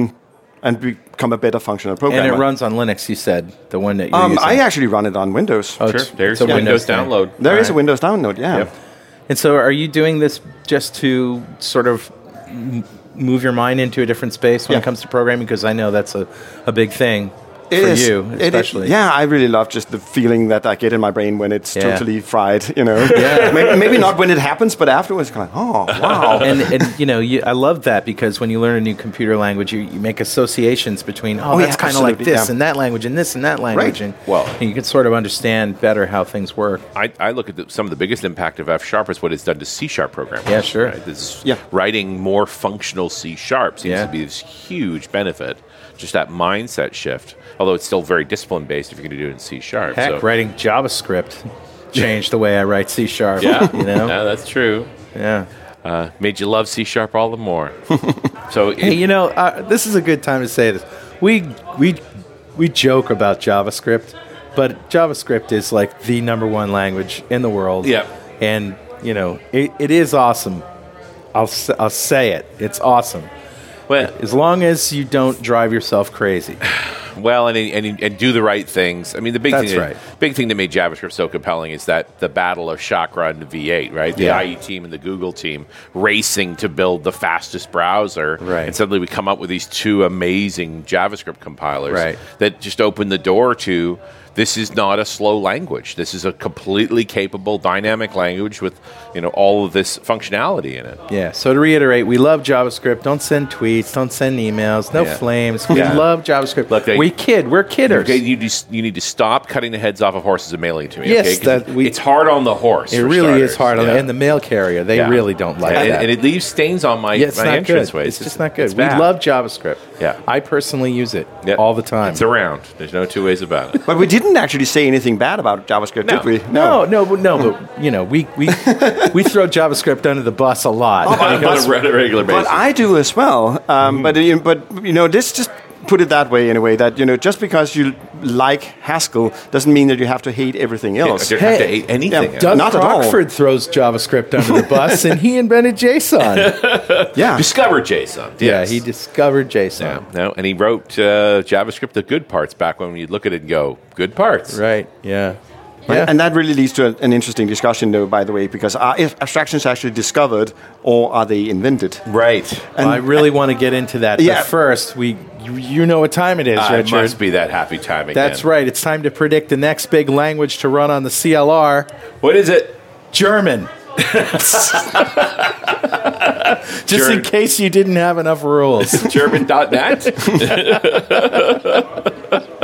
Speaker 4: and become a better functional programmer.
Speaker 5: And it runs on Linux, you said, the one that you're
Speaker 4: Um,
Speaker 5: using. Oh,
Speaker 4: I actually run it on Windows. There is
Speaker 5: it's-
Speaker 3: Sure. There's
Speaker 5: it's a
Speaker 3: a Windows,
Speaker 5: Windows thing.
Speaker 3: download.
Speaker 4: a Windows download. Yeah.
Speaker 3: Yep.
Speaker 5: And so, are you doing this just to sort of m- move your mind into a different space when
Speaker 4: Yeah.
Speaker 5: it comes to programming? Because I know that's a, a big thing
Speaker 4: It
Speaker 5: for
Speaker 4: is-
Speaker 5: you,
Speaker 4: it is-
Speaker 5: especially.
Speaker 4: yeah, I really love just the feeling that I get in my brain when it's
Speaker 5: Yeah.
Speaker 4: totally fried. You know, maybe, maybe not when it happens, but afterwards, kind of, oh wow.
Speaker 5: And, and you know, you, I love that because when you learn a new computer language, you, you make associations between oh,
Speaker 4: Oh, yeah,
Speaker 5: that's kind of like
Speaker 4: absolutely,
Speaker 5: this
Speaker 4: yeah.
Speaker 5: and that language and this and that language, and
Speaker 3: Well-
Speaker 5: and you can sort of understand better how things work.
Speaker 3: I, I look at the, some of the biggest impact of F sharp is what it's done to C sharp programming.
Speaker 5: Yeah, sure.
Speaker 3: This
Speaker 4: Yeah.
Speaker 3: Writing more functional C sharp seems
Speaker 5: Yeah.
Speaker 3: to be this huge benefit. Just that mindset shift. Although it's still very discipline based if you're going to do it in C sharp.
Speaker 5: Heck, writing JavaScript changed the way I write C sharp.
Speaker 3: Yeah.
Speaker 5: you know,
Speaker 3: Yeah, that's true.
Speaker 5: yeah.
Speaker 3: Uh, made you love C sharp all the more. so
Speaker 5: Hey,
Speaker 3: it-
Speaker 5: you know, uh, this is a good time to say this. We we we joke about JavaScript, but JavaScript is like the number one language in the world.
Speaker 3: Yep.
Speaker 5: and you know, it, it is awesome. I'll s- I'll say it. It's awesome.
Speaker 3: well,
Speaker 5: As long as you don't drive yourself crazy.
Speaker 3: well and, and and do the right things. I mean, the big
Speaker 5: That's
Speaker 3: thing,
Speaker 5: right.
Speaker 3: big thing that made JavaScript so compelling is that the battle of Chakra and V8, right? The
Speaker 5: Yeah.
Speaker 3: IE team and the Google team racing to build the fastest browser,
Speaker 5: Right.
Speaker 3: And suddenly we come up with these two amazing JavaScript compilers,
Speaker 5: Right.
Speaker 3: That just open the door to this is not a slow language. This is a completely capable dynamic language with you know all of this functionality in it.
Speaker 5: Yeah. So to reiterate, we love JavaScript. Don't send tweets. Don't send emails. No
Speaker 3: Yeah.
Speaker 5: flames. We
Speaker 3: Yeah.
Speaker 5: love JavaScript.
Speaker 3: Look, I-
Speaker 5: we kid. We're kidders.
Speaker 3: Okay, you, just, you need to stop cutting the heads off of horses and mailing it to me.
Speaker 5: Yes,
Speaker 3: okay? 'Cause
Speaker 5: that we-
Speaker 3: it's hard on the horse.
Speaker 5: it
Speaker 3: for
Speaker 5: really is
Speaker 3: starters.
Speaker 5: hard on
Speaker 3: Yeah.
Speaker 5: and the mail carrier. They
Speaker 3: Yeah.
Speaker 5: really don't like
Speaker 3: and,
Speaker 5: that.
Speaker 3: and it leaves stains on my,
Speaker 5: Yeah, it's
Speaker 3: my
Speaker 5: not good.
Speaker 3: entrance
Speaker 5: It's,
Speaker 3: ways.
Speaker 5: just not good.
Speaker 3: it's
Speaker 5: We
Speaker 3: bad.
Speaker 5: love JavaScript.
Speaker 3: Yeah.
Speaker 5: I personally use it
Speaker 3: Yeah.
Speaker 5: all the time.
Speaker 3: It's around. There's no two ways about it.
Speaker 4: but we didn't actually say anything bad about JavaScript,
Speaker 3: No.
Speaker 4: did we?
Speaker 5: no, no, but no, but you know, we we we throw JavaScript under the bus a lot.
Speaker 3: on a re- regular basis.
Speaker 4: But I do as well. Um, But you- but you know, this just put it that way in a way that you know, just because you like Haskell doesn't mean that you have to hate everything
Speaker 3: You
Speaker 4: else.
Speaker 3: don't have to
Speaker 5: Hey.
Speaker 3: hate anything.
Speaker 4: Yeah,
Speaker 3: else.
Speaker 5: Doug
Speaker 4: Not at all.
Speaker 5: Crockford throws JavaScript under the bus, and he invented JSON.
Speaker 4: Yeah.
Speaker 3: Discover JSON.
Speaker 5: Yeah,
Speaker 3: Yes.
Speaker 5: he discovered JSON.
Speaker 3: Yeah, no, and he wrote uh, JavaScript the good parts back when you'd look at it and go, good parts.
Speaker 5: Right. Yeah.
Speaker 4: Right?
Speaker 5: Yeah.
Speaker 4: And that really leads to an interesting discussion, though, by the way, because are if abstractions actually discovered or are they invented?
Speaker 3: Right.
Speaker 4: And-
Speaker 5: I really want to get into that.
Speaker 4: Yeah.
Speaker 5: But first, we you, you know what time it is,
Speaker 3: Uh, it
Speaker 5: Richard.
Speaker 3: must be that happy time again.
Speaker 5: That's right. It's time to predict the next big language to run on the CLR.
Speaker 3: What is it?
Speaker 5: German. Just in
Speaker 3: German.
Speaker 5: case you didn't have enough rules.
Speaker 3: German.net?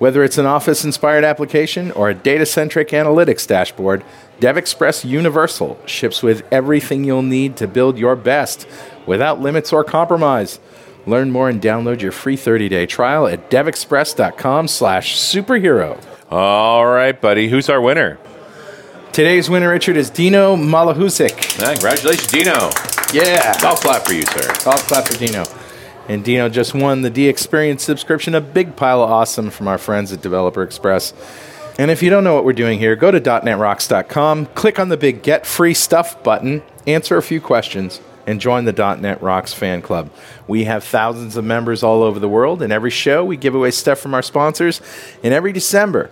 Speaker 5: Whether it's an office inspired application or a data centric analytics dashboard, DevExpress Universal ships with everything you'll need to build your best without limits or compromise. Learn more and download your free 30-day trial at devexpress.com slash superhero.
Speaker 3: All right, buddy. Who's our winner?
Speaker 5: Today's winner, Richard, is Dino Malahusik.
Speaker 3: Ah, congratulations, Dino.
Speaker 5: Yeah.
Speaker 3: I'll clap for you, sir.
Speaker 5: I'll clap for Dino. And Dino just won the D Experience subscription, a big pile of awesome from our friends at Developer Express. And if you don't know what we're doing here, go to .NETRocks.com, click on the big Get Free Stuff button, answer a few questions, and join the .NET Rocks fan club. We have thousands of members all over the world, and every show we give away stuff from our sponsors. And every December,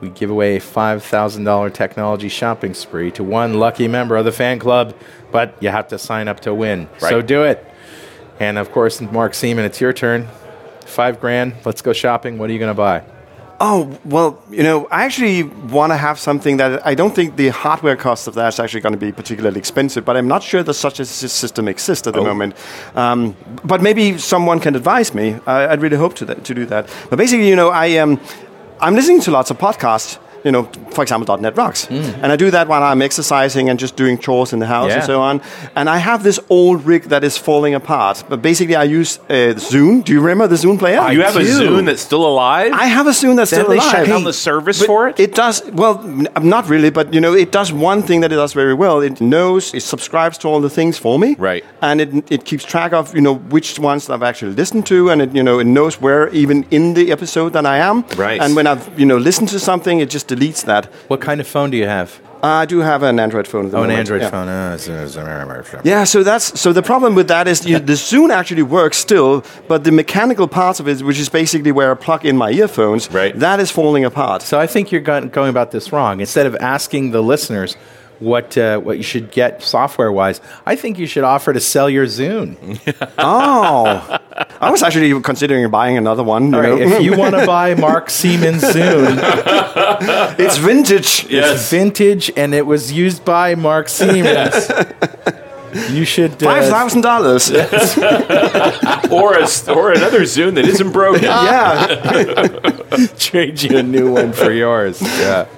Speaker 5: we give away a $5,000 technology shopping spree to one lucky member of the fan club, but you have to sign up to win. So
Speaker 3: Right.
Speaker 5: do it. And of course, Mark Seaman, it's your turn. Five grand. Let's go shopping. What are you going to buy?
Speaker 4: Oh, well, you know, I actually want to have something that I don't think the hardware cost of that is actually going to be particularly expensive, but I'm not sure that such a sy- system exists at the
Speaker 5: Oh.
Speaker 4: moment. Um, but maybe someone can advise me. I, I'd really hope to, that, to do that. But basically, you know, I am, I'm listening to lots of podcasts. You know, for example, .NET Rocks, and I do that while I'm exercising and just doing chores in the house and
Speaker 5: Mm. Yeah.
Speaker 4: so on. And I have this old rig that is falling apart. But basically, I use uh, Zune. Do you remember the Zune player?
Speaker 3: you have a
Speaker 5: do.
Speaker 3: Zune that's still alive?
Speaker 4: I have a Zune that's
Speaker 3: Then
Speaker 4: still
Speaker 3: they
Speaker 4: alive.
Speaker 3: shut down the service
Speaker 4: But
Speaker 3: for it?
Speaker 4: It does well, n- not really, but you know, it does one thing that it does very well. It knows, it subscribes to all the things for me,
Speaker 3: Right.
Speaker 4: And it it keeps track of you know which ones I've actually listened to, and it you know it knows where even in the episode that I am,
Speaker 3: Right.
Speaker 4: And when I've you know listened to something, it just deletes that.
Speaker 5: What kind of phone do you have?
Speaker 4: I do have an Android phone. At the
Speaker 5: Oh, an
Speaker 4: moment,
Speaker 5: Android
Speaker 4: yeah.
Speaker 5: phone. Uh, it's- it's- it's-
Speaker 4: Yeah, so that's so the problem with that is you, the Zune actually works still, but the mechanical parts of it, which is basically where I plug in my earphones,
Speaker 3: Right.
Speaker 4: that is falling apart.
Speaker 5: So I think you're go- going about this wrong. Instead of asking the listeners what uh, what you should get software wise, I think you should offer to sell your Zune.
Speaker 4: Oh, I was actually considering buying another one. You
Speaker 5: All right,
Speaker 4: know?
Speaker 5: if you want to buy Mark Seaman's Zune,
Speaker 4: it's vintage.
Speaker 5: it's vintage and it was used by Mark Siemens. you should uh,
Speaker 4: Five thousand dollars. Yeah,
Speaker 3: or, a, or another Zune that isn't broken.
Speaker 5: trade you a new one for yours. Yeah.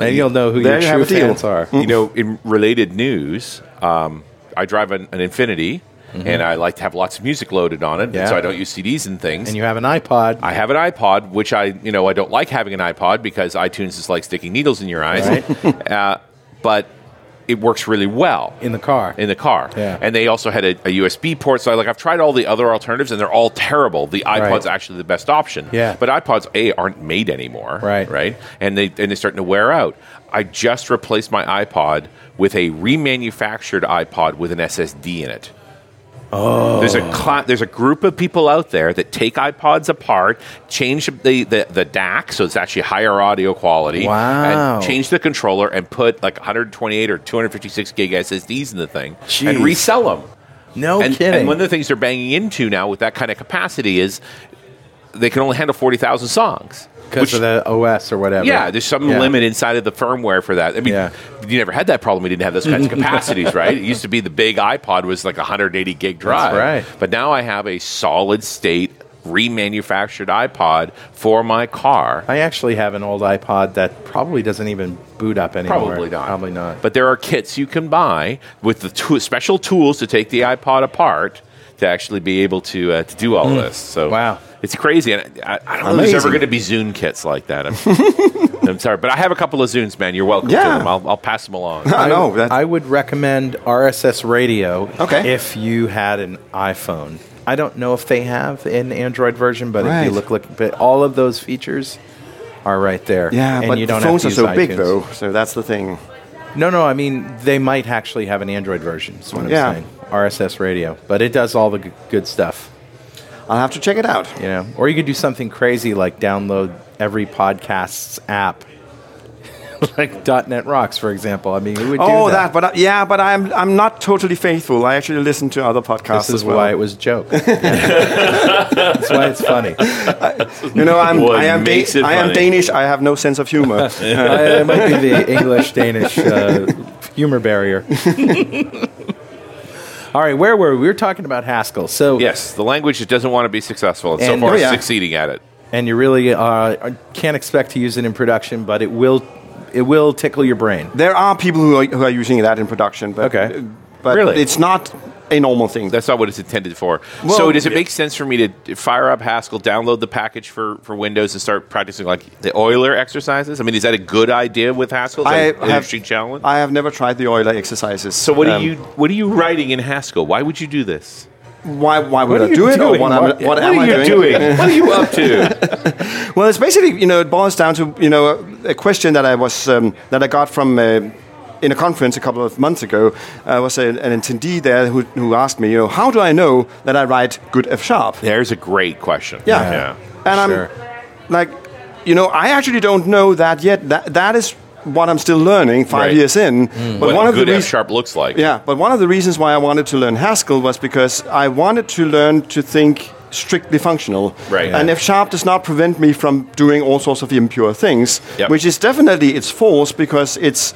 Speaker 5: And you'll know who your
Speaker 4: there you
Speaker 5: true
Speaker 4: have a deal.
Speaker 5: fans are.
Speaker 3: You know, in related news, um, I drive an, an Infinity, and I like to have lots of music loaded on it,
Speaker 5: Yeah.
Speaker 3: so I don't use CDs and things.
Speaker 5: And you have an iPod.
Speaker 3: I have an iPod, which I, you know, I don't like having an iPod because iTunes is like sticking needles in your eyes. uh, but it works really well
Speaker 5: in the car.
Speaker 3: in the car.
Speaker 5: Yeah.
Speaker 3: And they also had a, a USB port. So I, like I've tried all the other alternatives, and they're all terrible. The iPod's
Speaker 5: Right.
Speaker 3: actually the best option.
Speaker 5: Yeah.
Speaker 3: But iPods a aren't made anymore.
Speaker 5: Right.
Speaker 3: Right. And they and they're starting to wear out. I just replaced my iPod with a remanufactured iPod with an SSD in it.
Speaker 5: Oh.
Speaker 3: There's a cla- there's a group of people out there that take iPods apart, change the, the, the DAC so it's actually higher audio quality,
Speaker 5: Wow.
Speaker 3: and change the controller and put like 128 or 256 gig SSDs in the thing
Speaker 5: Jeez.
Speaker 3: and resell them.
Speaker 5: no
Speaker 3: and,
Speaker 5: kidding.
Speaker 3: and one of the things they're banging into now with that kind of capacity is they can only handle 40,000 songs.
Speaker 5: because
Speaker 3: which-
Speaker 5: of the OS or whatever.
Speaker 3: yeah, there's some
Speaker 5: Yeah.
Speaker 3: limit inside of the firmware for that. I mean,
Speaker 5: Yeah.
Speaker 3: you never had that problem. We didn't have those kinds of capacities, right? It used to be the big iPod was like a 180 gig drive.
Speaker 5: right.
Speaker 3: But now I have a solid state remanufactured iPod for my car.
Speaker 5: I actually have an old iPod that probably doesn't even boot up anymore.
Speaker 3: Probably not.
Speaker 5: Probably not.
Speaker 3: But there are kits you can buy with the tool
Speaker 4: Mm.
Speaker 3: special tools to take the iPod apart to actually be able to uh, to do all this. So
Speaker 5: Wow.
Speaker 3: It's crazy. And I, I don't know if
Speaker 4: Amazing.
Speaker 3: there's ever going to be Zune kits like that. I'm, I'm sorry, but I have a couple of Zunes, man. You're welcome to
Speaker 4: Yeah.
Speaker 3: them. I'll, I'll pass them along.
Speaker 4: I know. That,
Speaker 5: I would recommend RSS Radio
Speaker 4: Okay.
Speaker 5: if you had an iPhone. I don't know if they have an Android version, but if
Speaker 4: Right.
Speaker 5: you look, look, but all of those features are right there.
Speaker 4: yeah,
Speaker 5: and
Speaker 4: but
Speaker 5: you don't
Speaker 4: phones
Speaker 5: have
Speaker 4: are
Speaker 5: to
Speaker 4: so
Speaker 5: use
Speaker 4: big,
Speaker 5: iTunes.
Speaker 4: though. So that's the thing.
Speaker 5: No, no, I mean they might actually have an Android version. Is what I'm
Speaker 4: Yeah.
Speaker 5: saying. RSS Radio, but it does all the g- good stuff,
Speaker 4: I'll have to check it out.
Speaker 5: you know. Or you could do something crazy like download every podcast's app, like .NET Rocks, for example. I mean, who would
Speaker 4: Oh,
Speaker 5: do
Speaker 4: that. But I, yeah, but I'm I'm not totally faithful. I actually listen to other podcasts
Speaker 5: This is
Speaker 4: as well.
Speaker 5: why it was a joke. That's why it's funny.
Speaker 4: you know, I'm
Speaker 3: What
Speaker 4: I am, Da-
Speaker 3: makes it
Speaker 4: I am
Speaker 3: funny?
Speaker 4: Danish. I have no sense of humor. Uh,
Speaker 5: I, it might be the English Danish uh, humor barrier. All right, where were we? We were talking about Haskell. So,
Speaker 3: yes, the language that doesn't want to be successful, and,
Speaker 5: And-
Speaker 3: so far
Speaker 5: oh,
Speaker 4: yeah.
Speaker 3: succeeding at it.
Speaker 5: and you really uh, can't expect to use it in production, but it will it will tickle your brain.
Speaker 4: there are people who are, who are using that in production, but uh,
Speaker 5: Okay.
Speaker 4: but
Speaker 3: Really?
Speaker 4: it's not a normal thing.
Speaker 3: That's not what it's intended for. so,
Speaker 4: Well-
Speaker 3: does it make sense for me to fire up Haskell, download the package for, for Windows, and start practicing like the Euler exercises? I mean, is that a good idea with Haskell? Is that an interesting challenge.
Speaker 4: I have never tried the Euler exercises.
Speaker 3: so, what
Speaker 4: Um,
Speaker 3: are you what are you writing in Haskell? Why would you do this?
Speaker 4: Why, why would
Speaker 3: What are
Speaker 4: I
Speaker 3: you
Speaker 4: do it? Or
Speaker 3: doing?
Speaker 4: what, am I-
Speaker 3: What-
Speaker 4: what am
Speaker 3: are
Speaker 4: I
Speaker 3: you doing? what are you up to?
Speaker 4: Well, it's basically you know it boils down to you know a, a question that I was um, that I got from. Uh, in a conference a couple of months ago, uh, was an, an attendee there who, who asked me, you know, how do I know that I write good F sharp?
Speaker 3: There's a great question.
Speaker 4: Yeah.
Speaker 3: yeah.
Speaker 4: And I'm
Speaker 5: Sure.
Speaker 4: like, you know, I actually don't know that yet. That that is what I'm still learning five
Speaker 3: Right. Mm.
Speaker 4: years in. But
Speaker 3: what
Speaker 4: one of the
Speaker 3: good F
Speaker 4: reas-
Speaker 3: sharp looks like.
Speaker 4: yeah, but one of the reasons why I wanted to learn Haskell was because I wanted to learn to think strictly functional.
Speaker 3: Right.
Speaker 4: And F sharp does not prevent me from doing all sorts of impure things,
Speaker 3: Yep.
Speaker 4: which is definitely its force because it's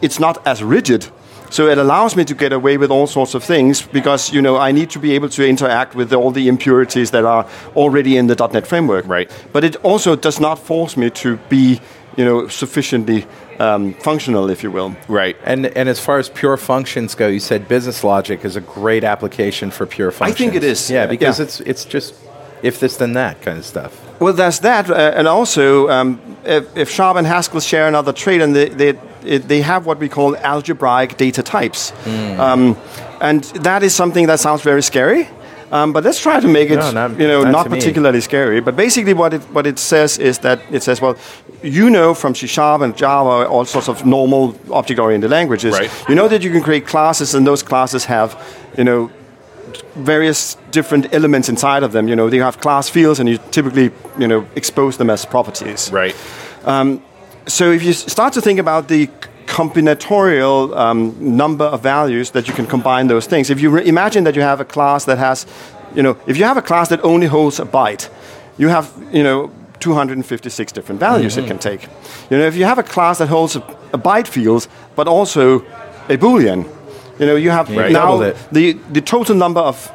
Speaker 4: it's not as rigid. So it allows me to get away with all sorts of things because you know I need to be able to interact with all the impurities that are already in the .NET framework.
Speaker 3: Right.
Speaker 4: But it also does not force me to be you know sufficiently um, functional, if you will.
Speaker 3: Right.
Speaker 5: And and as far as pure functions go, you said business logic is a great application for pure functions.
Speaker 4: think it is.
Speaker 5: Yeah, because
Speaker 4: Yeah.
Speaker 5: it's it's just if this then that kind of stuff.
Speaker 4: Well, there's that, uh, and also um, if, if Sharp and Haskell share another trait, and they they, it, they have what we call algebraic data types,
Speaker 5: Hmm.
Speaker 4: um, and that is something that sounds very scary. Um, but let's try to make it,
Speaker 5: No, not-
Speaker 4: you know,
Speaker 5: not
Speaker 4: not
Speaker 5: to me.
Speaker 4: particularly scary. But basically, what it what it says is that it says, well, you know, from C sharp and Java, all sorts of normal object-oriented languages,
Speaker 3: Right.
Speaker 4: you know that you can create classes, and those classes have, you know, various different elements inside of them. You know, they have class fields, and you typically you know expose them as properties.
Speaker 3: Right.
Speaker 4: So if you s- start to think about the c- combinatorial um, number of values that you can combine those things, if you re- imagine that you have a class that has, you know, if you have a class that only holds a byte, you have you know 256 different values
Speaker 5: Mm-hmm.
Speaker 4: it can take. You know, if you have a class that holds a, a byte field, but also a boolean, you know, you have
Speaker 5: you
Speaker 4: now
Speaker 5: doubled it.
Speaker 4: the, the total number of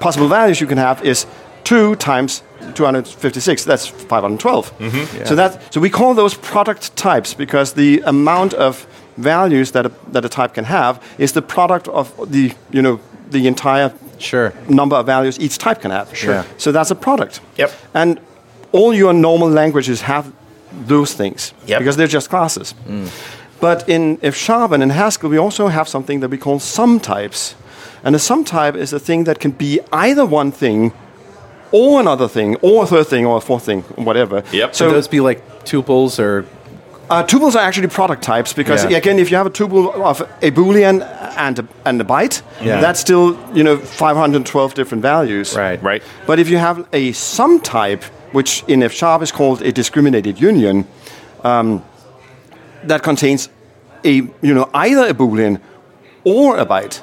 Speaker 4: possible values you can have is 2 times 256 that's 512 so that so we call those product types because the amount of values that a, that a type can have is the product of the you know the entire
Speaker 5: Sure.
Speaker 4: number of values each type can have
Speaker 5: Sure. Yeah.
Speaker 4: so that's a product
Speaker 3: Yep.
Speaker 4: and all your normal languages have those things
Speaker 3: Yep. Mm.
Speaker 4: because they're just classes but in F sharp and in Haskell, we also have something that we call sum types. And a sum type is a thing that can be either one thing or another thing, or a third thing, or a fourth thing, whatever.
Speaker 3: Yep.
Speaker 5: Would
Speaker 4: So
Speaker 5: those be like tuples or
Speaker 4: uh, tuples are actually product types because,
Speaker 5: Yeah.
Speaker 4: again, if you have a tuple of a boolean and a, and a byte,
Speaker 5: Yeah.
Speaker 4: that's still you know 512 different values.
Speaker 5: Right.
Speaker 3: Right.
Speaker 4: But if you have a sum type, which in F sharp is called a discriminated union, um, that contains a you know either a boolean or a byte.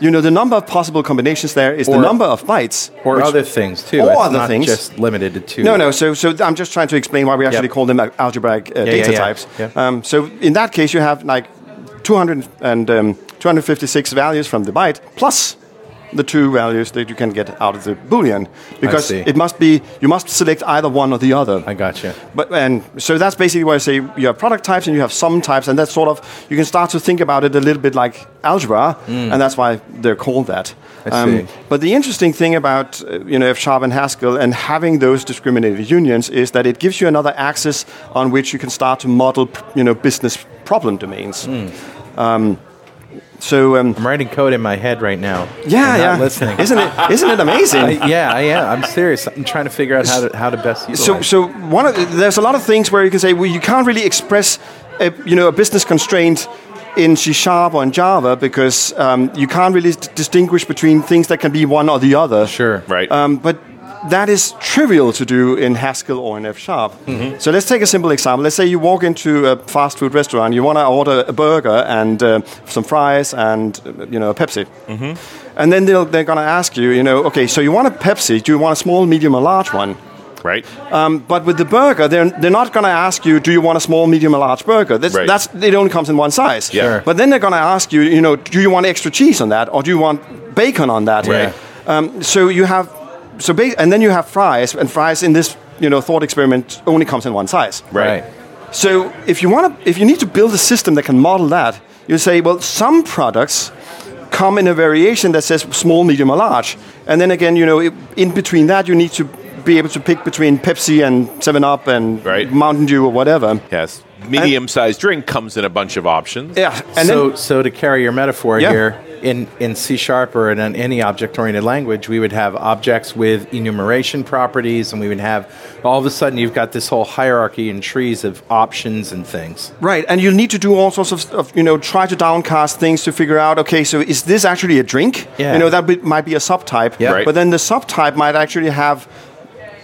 Speaker 4: You know the number of possible combinations there is the
Speaker 5: Or-
Speaker 4: number of bytes
Speaker 5: or
Speaker 4: which-
Speaker 5: other things too?
Speaker 4: Or
Speaker 5: it's
Speaker 4: other
Speaker 5: not
Speaker 4: things.
Speaker 5: just limited to two.
Speaker 4: no, no. So, so I'm just trying to explain why we actually
Speaker 5: Yep.
Speaker 4: call them al- algebraic uh,
Speaker 5: yeah,
Speaker 4: data
Speaker 5: yeah.
Speaker 4: types.
Speaker 5: Yeah.
Speaker 4: Um, so in that case, you have like 200 and um, 256 values from the byte plus the two values that you can get out of the boolean because
Speaker 5: see.
Speaker 4: it must be you must select either one or the other.
Speaker 5: I gotcha.
Speaker 4: But and so that's basically why I say you have product types and you have sum types, and that's sort of you can start to think about it a little bit like algebra, and that's why they're called that.
Speaker 5: Mm.
Speaker 4: Um,
Speaker 5: I see.
Speaker 4: But the interesting thing about uh, you know F sharp and Haskell and having those discriminated unions is that it gives you another axis on which you can start to model you know business problem domains. Um, so um,
Speaker 5: Mm. I'm writing code in my head right now.
Speaker 4: yeah,
Speaker 5: I'm not
Speaker 4: yeah,
Speaker 5: listening.
Speaker 4: isn't it isn't it amazing?
Speaker 5: I, yeah, I am. I'm serious. I'm trying to figure out how to, how to best use
Speaker 4: so so one of the, there's a lot of things where you can say well you can't really express a, you know a business constraint in C sharp or in Java because um, you can't really d- distinguish between things that can be one or the other.
Speaker 5: Sure.
Speaker 3: Right.
Speaker 4: Um, but that is trivial to do in Haskell or in F sharp. So let's take a simple example. Let's say you walk into a fast food restaurant. You want to order a burger and uh, some fries and uh, you know a Pepsi. And then they'll, they're going to ask you, you know, okay, so you want a Pepsi? Do you want a small, medium, or large one?
Speaker 3: right.
Speaker 4: Um, but with the burger, they're, they're not going to ask you, do you want a small, medium, or large burger? That's,
Speaker 3: Right.
Speaker 4: that's, it only comes in one size.
Speaker 3: Yeah. Sure.
Speaker 4: But then they're going to ask you, you know, do you want extra cheese on that? Or do you want bacon on that?
Speaker 3: Right.
Speaker 4: Um, so you have, so ba- and then you have fries, and fries in this, you know, thought experiment only comes in one size.
Speaker 5: Right.
Speaker 4: So if you want to, if you need to build a system that can model that, you say, well, some products come in a variation that says small, medium, or large, and then again, you know, i- in between that, you need to be able to pick between Pepsi and Seven Up and
Speaker 3: Right.
Speaker 4: Mountain Dew or whatever.
Speaker 3: Yes. Medium sized drink comes in a bunch of options.
Speaker 4: Yeah, and
Speaker 5: so,
Speaker 4: then
Speaker 5: so to carry your metaphor
Speaker 4: Yeah.
Speaker 5: here, in, in C sharp or in an- any object oriented language, we would have objects with enumeration properties, and we would have all of a sudden you've got this whole hierarchy and trees of options and things.
Speaker 4: right, and you need to do all sorts of, of you know, try to downcast things to figure out. Okay, so is this actually a drink?
Speaker 5: Yeah.
Speaker 4: You know, that bit might be a subtype.
Speaker 5: Yeah. Right.
Speaker 4: But then the subtype might actually have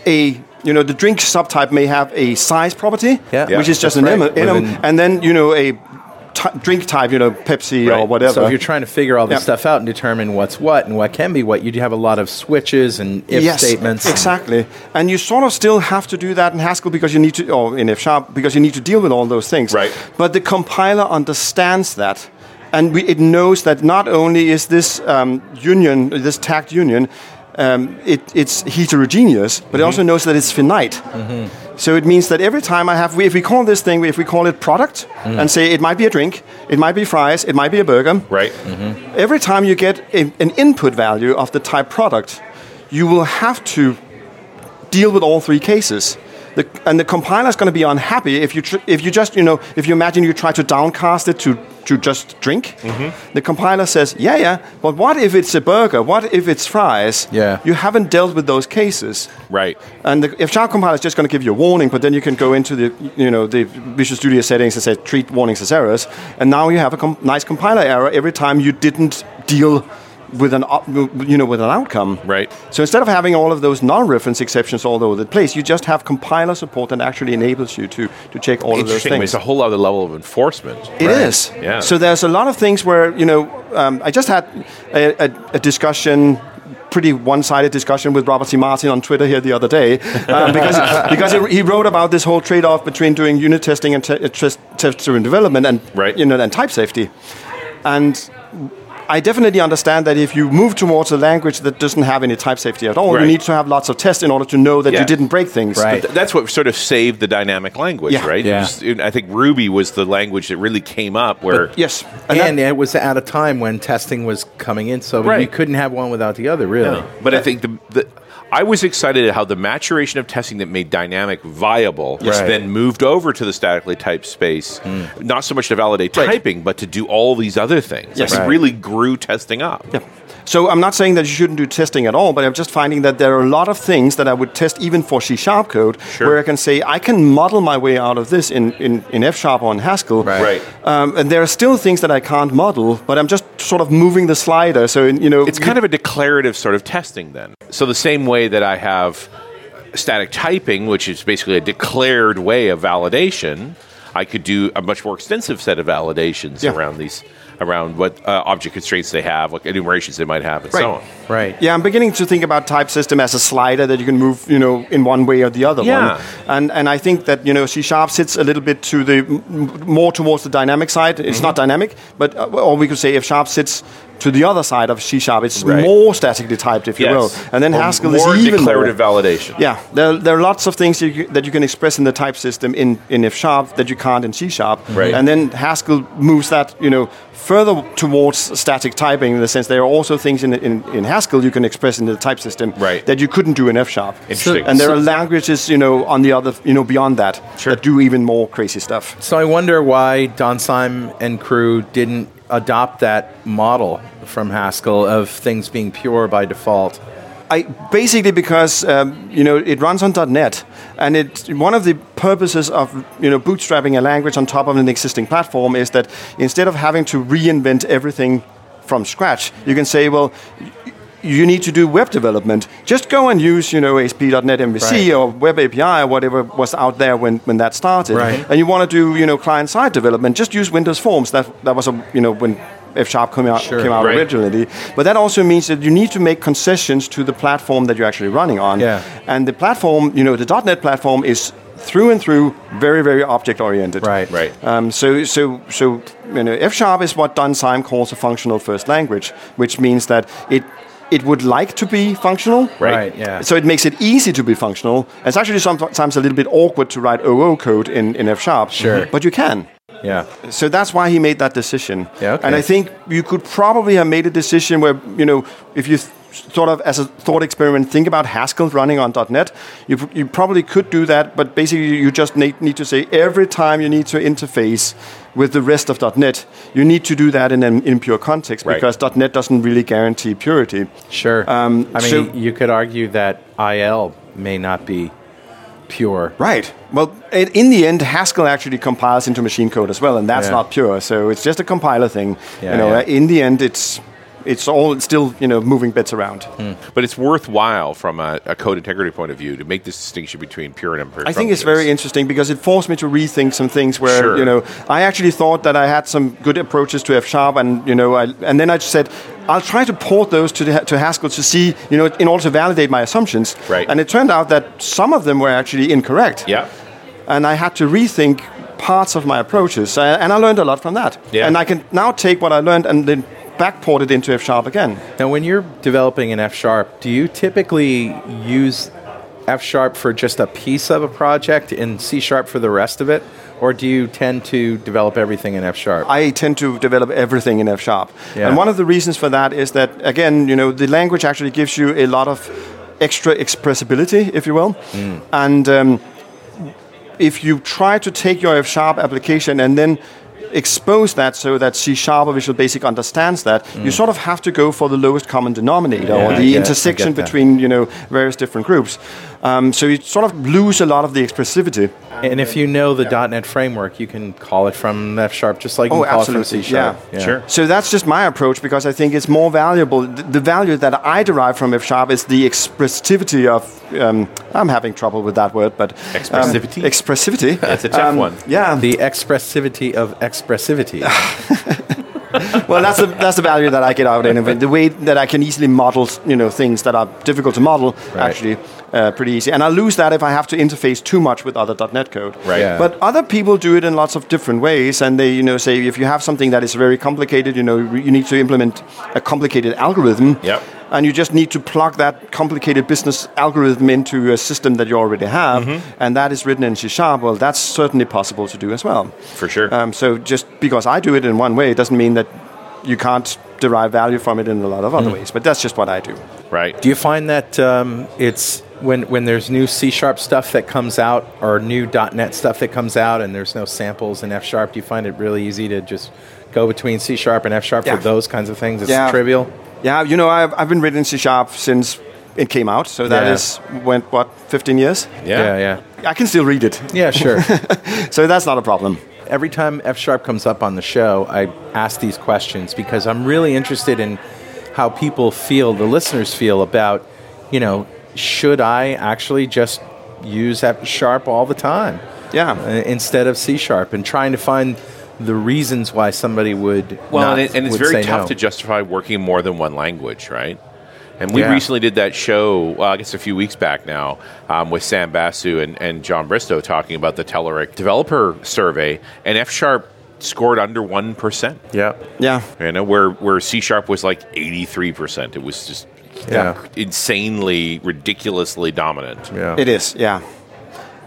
Speaker 4: a you know the drink subtype may have a size property,
Speaker 5: Yeah. Yeah,
Speaker 4: which is just
Speaker 5: that's
Speaker 4: an
Speaker 5: right.
Speaker 4: enum, enum,
Speaker 5: Within-
Speaker 4: and then you know a t- drink type, you know Pepsi
Speaker 3: Right.
Speaker 4: or whatever.
Speaker 5: So if you're trying to figure all this
Speaker 4: Yeah.
Speaker 5: stuff out and determine what's what and what can be what, you'd have a lot of switches and if
Speaker 4: yes,
Speaker 5: statements. and-
Speaker 4: exactly, and you sort of still have to do that in Haskell because you need to, or in F sharp because you need to deal with all those things.
Speaker 3: Right.
Speaker 4: But the compiler understands that, and we, it knows that not only is this um, union, this tagged union, um, it, it's heterogeneous,
Speaker 5: Mm-hmm.
Speaker 4: but it also knows that it's finite. So it means that every time I have, we- if we call this thing, if we call it product,
Speaker 5: Mm.
Speaker 4: and say it might be a drink, it might be fries, it might be a burger,
Speaker 3: Right.
Speaker 4: every time you get a, an input value of the type product, you will have to deal with all three cases. The, and the compiler is going to be unhappy if you tr- if you just you know if you imagine you try to downcast it to to just drink. The compiler says, yeah, yeah, but what if it's a burger? What if it's fries?
Speaker 5: Yeah.
Speaker 4: you haven't dealt with those cases.
Speaker 3: Right.
Speaker 4: And the, if child compiler is just going to give you a warning, but then you can go into the you know the Visual Studio settings and say treat warnings as errors, and now you have a com- nice compiler error every time you didn't deal with an op- you know with an outcome.
Speaker 3: Right.
Speaker 4: So instead of having all of those non-reference exceptions all over the place, you just have compiler support that actually enables you to to check all of those
Speaker 3: Interesting.
Speaker 4: things.
Speaker 3: It's a whole other level of enforcement.
Speaker 4: It
Speaker 3: Right.
Speaker 4: is.
Speaker 3: Yeah.
Speaker 4: So there's a lot of things where you know um, I just had a, a, a discussion. Pretty one-sided discussion with Robert C. Martin on Twitter here the other day um, because because he he wrote about this whole trade-off between doing unit testing and te- uh, test test-driven development and
Speaker 3: Right.
Speaker 4: you know and type safety, and I definitely understand that if you move towards a language that doesn't have any type safety at all,
Speaker 3: Right.
Speaker 4: you need to have lots of tests in order to know that
Speaker 3: Yeah.
Speaker 4: you didn't break things.
Speaker 5: Right.
Speaker 3: Th- that's what sort of saved the dynamic language,
Speaker 4: Yeah.
Speaker 3: right? It
Speaker 5: Yeah.
Speaker 3: was- I think Ruby was the language that really came up where
Speaker 4: Yes,
Speaker 5: And,
Speaker 4: that-
Speaker 5: it was at a time when testing was coming in, so you
Speaker 3: Right.
Speaker 5: couldn't have one without the other, really.
Speaker 3: But I think the, the I was excited at how the maturation of testing that made dynamic viable
Speaker 5: Yes. Right.
Speaker 3: then moved over to the statically typed space,
Speaker 4: Hmm.
Speaker 3: not so much to validate typing, but to do all these other things.
Speaker 4: Yes.
Speaker 3: Like,
Speaker 4: Right.
Speaker 3: It really grew testing up.
Speaker 4: Yeah. So I'm not saying that you shouldn't do testing at all, but I'm just finding that there are a lot of things that I would test even for C sharp code,
Speaker 3: Sure.
Speaker 4: where I can say I can model my way out of this in, in, in F sharp or in Haskell.
Speaker 5: Right.
Speaker 3: Right.
Speaker 4: Um, and there are still things that I can't model, but I'm just sort of moving the slider. So you know,
Speaker 3: It's kind of a declarative sort of testing then. So the same way that I have static typing, which is basically a declared way of validation, I could do a much more extensive set of validations
Speaker 4: Yeah.
Speaker 3: around these around what uh, object constraints they have, what enumerations they might have, and so
Speaker 4: Right.
Speaker 3: on.
Speaker 5: Right.
Speaker 4: Yeah, I'm beginning to think about type system as a slider that you can move, you know, in one way or the other
Speaker 3: Yeah.
Speaker 4: one. And and I think that you know C sharp sits a little bit to the m- more towards the dynamic side. It's not
Speaker 3: Mm-hmm.
Speaker 4: dynamic, but uh, or we could say F sharp sits to the other side of C sharp. It's
Speaker 3: Right.
Speaker 4: more statically typed, if you will. And then
Speaker 3: Or
Speaker 4: Haskell
Speaker 3: more
Speaker 4: is even
Speaker 3: declarative
Speaker 4: more.
Speaker 3: validation.
Speaker 4: Yeah, there, there are lots of things you, c- that you can express in the type system in, in F sharp that you can't in C sharp.
Speaker 3: Right.
Speaker 4: And then Haskell moves that you know further towards static typing in the sense there are also things in, in, in Haskell you can express in the type system
Speaker 3: Right.
Speaker 4: that you couldn't do in F sharp.
Speaker 3: Interesting.
Speaker 4: and there are languages you know on the other you know beyond that
Speaker 3: Sure.
Speaker 4: that do even more crazy stuff.
Speaker 5: So I wonder why Donsheim and crew didn't adopt that model from Haskell of things being pure by default.
Speaker 4: I basically because um, you know it runs on .NET, and it one of the purposes of you know bootstrapping a language on top of an existing platform is that instead of having to reinvent everything from scratch, you can say, well. y- You need to do web development. Just go and use, you know, ASP.NET MVC
Speaker 5: Right.
Speaker 4: or Web API or whatever was out there when, when that started.
Speaker 5: Right.
Speaker 4: And you want to do, you know, client side development. Just use Windows Forms. That that was a, you know, when F Sharp came out
Speaker 5: Sure.
Speaker 4: came out
Speaker 3: Right.
Speaker 4: originally. But that also means that you need to make concessions to the platform that you're actually running on.
Speaker 5: Yeah.
Speaker 4: And the platform, you know, the .NET platform is through and through very, very object oriented.
Speaker 5: Right.
Speaker 3: Right.
Speaker 4: Um, so, so, so, you know, F sharp is what Dunsheim calls a functional first language, which means that it it would like to be functional.
Speaker 3: Right.
Speaker 5: yeah.
Speaker 4: So it makes it easy to be functional. It's actually sometimes a little bit awkward to write OO code in, in F sharp. Mm-hmm.
Speaker 5: Sure.
Speaker 4: But you can.
Speaker 5: yeah.
Speaker 4: So that's why he made that decision.
Speaker 5: Yeah, okay.
Speaker 4: And I think you could probably have made a decision where, you know, if you th- sort of as a thought experiment think about Haskell running on .NET, you, pr- you probably could do that, but basically you just need, need to say every time you need to interface with the rest of .NET, you need to do that in an impure context
Speaker 3: Right.
Speaker 4: because .NET doesn't really guarantee purity.
Speaker 5: Sure.
Speaker 4: Um,
Speaker 5: I mean,
Speaker 4: so-
Speaker 5: you could argue that IL may not be pure.
Speaker 4: Right. Well, it, in the end, Haskell actually compiles into machine code as well, and that's
Speaker 5: Yeah.
Speaker 4: not pure. So it's just a compiler thing.
Speaker 5: Yeah,
Speaker 4: you know,
Speaker 5: yeah.
Speaker 4: uh, in the end, it's it's all still you know moving bits around.
Speaker 3: But it's worthwhile from a, a code integrity point of view to make this distinction between pure and impure.
Speaker 4: I think it's very interesting because it forced me to rethink some things where
Speaker 3: Sure.
Speaker 4: you know I actually thought that I had some good approaches to F sharp, and you know, I, and then I said I'll try to port those to the, to Haskell to see you know in order to validate my assumptions.
Speaker 3: Right.
Speaker 4: And it turned out that some of them were actually incorrect.
Speaker 3: Yeah.
Speaker 4: and I had to rethink parts of my approaches, uh, and I learned a lot from that.
Speaker 3: Yeah.
Speaker 4: And I can now take what I learned and then backport it into F sharp again.
Speaker 5: Now, when you're developing an F sharp, do you typically use F sharp for just a piece of a project and C sharp for the rest of it? Or do you tend to develop everything in F sharp?
Speaker 4: I tend to develop everything in F sharp,
Speaker 5: Yeah.
Speaker 4: and one of the reasons for that is that again, you know, the language actually gives you a lot of extra expressibility, if you will,
Speaker 5: Hmm.
Speaker 4: and. Um, if you try to take your F sharp application and then expose that so that C sharp or Visual Basic understands that, you sort of have to go for the lowest common denominator
Speaker 5: Hmm. Yeah,
Speaker 4: or
Speaker 5: I
Speaker 4: the
Speaker 5: get- I
Speaker 4: intersection
Speaker 5: get that.
Speaker 4: between you know various different groups. Um, so you sort of lose a lot of the expressivity.
Speaker 5: and if you know the .NET framework, you can call it from F sharp just like you
Speaker 4: Oh,
Speaker 5: can call it from
Speaker 4: absolutely,
Speaker 5: C sharp.
Speaker 4: yeah. So that's just my approach because I think it's more valuable. The, the value that I derive from F sharp is the expressivity of. Um, I'm having trouble with that word, but um,
Speaker 3: Expressivity?
Speaker 4: expressivity. Um,
Speaker 3: That's a tough one.
Speaker 4: Yeah.
Speaker 5: Um, The expressivity of expressivity.
Speaker 4: Ah. well, that's the that's the value that I get out of it. The way that I can easily model, you know, things that are difficult to model,
Speaker 5: Right.
Speaker 4: actually, uh, pretty easy. And I lose that if I have to interface too much with other .NET code.
Speaker 3: Right. Yeah.
Speaker 4: But other people do it in lots of different ways, and they, you know, say if you have something that is very complicated, you know, you need to implement a complicated algorithm.
Speaker 3: Yep.
Speaker 4: And you just need to plug that complicated business algorithm into a system that you already have,
Speaker 3: Mm-hmm.
Speaker 4: and that is written in C sharp. Well, that's certainly possible to do as well.
Speaker 3: For sure.
Speaker 4: Um, so just because I do it in one way, it doesn't mean that you can't derive value from it in a lot of
Speaker 5: Hmm.
Speaker 4: other ways. But that's just what I do.
Speaker 3: right.
Speaker 5: Do you find that um, it's when when there's new C sharp stuff that comes out or new .NET stuff that comes out, and there's no samples in F sharp? Do you find it really easy to just go between C sharp and F sharp
Speaker 4: Yeah.
Speaker 5: for those kinds of things? It's
Speaker 4: Yeah.
Speaker 5: trivial.
Speaker 4: Yeah, you know, I've, I've been written in C sharp since it came out. So that
Speaker 5: Yeah.
Speaker 4: is went what 15 years.
Speaker 5: yeah, yeah,
Speaker 4: I can still read it,
Speaker 5: yeah sure.
Speaker 4: so that's not a problem.
Speaker 5: every time F sharp comes up on the show, I ask these questions because I'm really interested in how people feel, the listeners feel about, you know, should I actually just use F sharp all the time?
Speaker 4: Yeah.
Speaker 5: Uh, Instead of C sharp and trying to find the reasons why somebody would
Speaker 3: Well,
Speaker 5: not-
Speaker 3: and, it, and it's
Speaker 5: would
Speaker 3: very
Speaker 5: say
Speaker 3: tough
Speaker 5: no.
Speaker 3: to justify working more than one language, right? And we
Speaker 5: Yeah.
Speaker 3: recently did that show, well, I guess a few weeks back now, um, with Sam Basu and, and John Bristow talking about the Telerik developer survey, and F Sharp scored under 1%.
Speaker 5: Yeah.
Speaker 4: Yeah.
Speaker 3: You know, where, where C Sharp was like 83%. It was just
Speaker 5: Yeah.
Speaker 3: insanely, ridiculously dominant.
Speaker 5: Yeah.
Speaker 4: It is, yeah.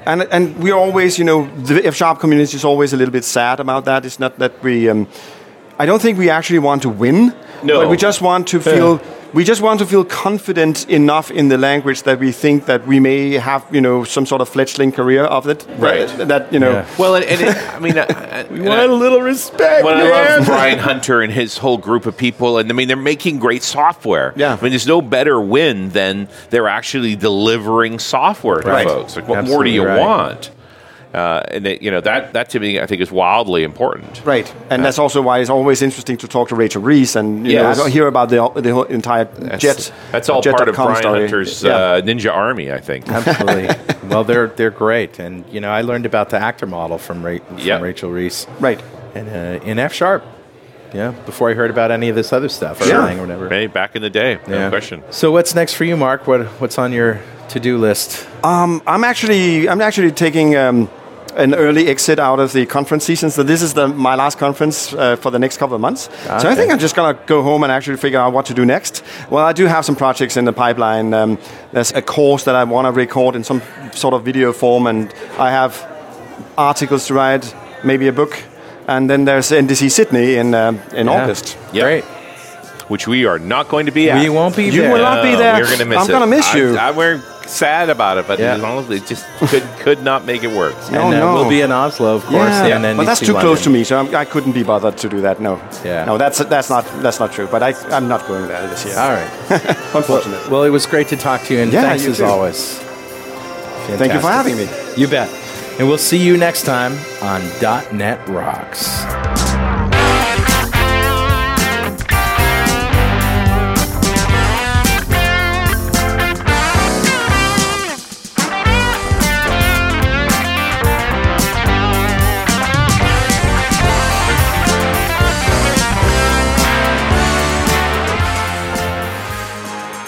Speaker 4: And and we are always, you know, the F sharp community is always a little bit sad about that. It's not that we, um, I don't think we actually want to win.
Speaker 3: No.
Speaker 4: but we just want to feel. We just want to feel confident enough in the language that we think that we may have, you know, some sort of fledgling career of it.
Speaker 3: Right.
Speaker 4: That, that, you know.
Speaker 5: Yeah.
Speaker 3: Well, and, and it, I mean, I, we
Speaker 5: little respect,
Speaker 3: When I love Brian Hunter and his whole group of people, and I mean, they're making great software.
Speaker 4: Yeah.
Speaker 3: I mean, there's no better win than they're actually delivering software to
Speaker 4: Right.
Speaker 3: folks. Like, what more do
Speaker 5: Absolutely
Speaker 3: you
Speaker 5: right.
Speaker 3: want? Uh, and that, you know that that to me, I think, is wildly important.
Speaker 4: Right, and that's also why it's always interesting to talk to Rachel Reese, and you
Speaker 3: Yes.
Speaker 4: know, I hear about the the whole entire
Speaker 3: That's,
Speaker 4: jet.
Speaker 3: that's all
Speaker 4: jet
Speaker 3: part of
Speaker 4: dot com
Speaker 3: Brian
Speaker 4: story.
Speaker 3: Hunter's
Speaker 4: Yeah.
Speaker 3: uh, Ninja Army, I think.
Speaker 5: Absolutely. well, they're they're great, and you know I learned about the actor model from, Ra- from
Speaker 3: Yeah.
Speaker 5: Rachel Reese,
Speaker 4: right.
Speaker 5: and uh, in F sharp. Yeah, before I heard about any of this other stuff or
Speaker 4: Sure.
Speaker 5: anything or whatever.
Speaker 3: Hey, back in the day, no
Speaker 5: Yeah.
Speaker 3: question.
Speaker 5: So what's next for you, Mark? What what's on your to do list?
Speaker 4: Um, I'm actually I'm actually taking um, an early exit out of the conference season. So this is the, my last conference uh, for the next couple of months. So I think
Speaker 5: Okay.
Speaker 4: I'm just gonna go home and actually figure out what to do next. Well, I do have some projects in the pipeline. Um, there's a course that I want to record in some sort of video form, and I have articles to write, maybe a book, and then there's NDC Sydney in um, in August.
Speaker 3: Yep.
Speaker 5: Great.
Speaker 3: Which we are not going to be at.
Speaker 5: We won't be
Speaker 4: You
Speaker 5: there.
Speaker 4: will not be there.
Speaker 3: We're gonna miss
Speaker 4: I'm
Speaker 3: it.
Speaker 4: gonna miss
Speaker 3: I-
Speaker 4: you.
Speaker 3: I, we're sad about it, but
Speaker 5: Yeah.
Speaker 3: honestly, it just could could not make it work.
Speaker 4: No,
Speaker 5: and uh,
Speaker 4: Oh, no.
Speaker 5: we'll be in Oslo, of course.
Speaker 4: Yeah,
Speaker 5: and then
Speaker 4: but that's
Speaker 5: NEC
Speaker 4: too close to
Speaker 5: London.
Speaker 4: me, so I'm, I couldn't be bothered to do that. No,
Speaker 5: Yeah.
Speaker 4: no, that's that's not that's not true. But I, I'm not going there this year,
Speaker 5: All right.
Speaker 4: unfortunately.
Speaker 5: Well, it was great to talk to you, and
Speaker 4: Yeah,
Speaker 5: thanks
Speaker 4: you
Speaker 5: as
Speaker 4: too.
Speaker 5: always.
Speaker 4: Thank you for
Speaker 5: Fantastic.
Speaker 4: having me.
Speaker 5: You bet. And we'll see you next time on .NET Rocks.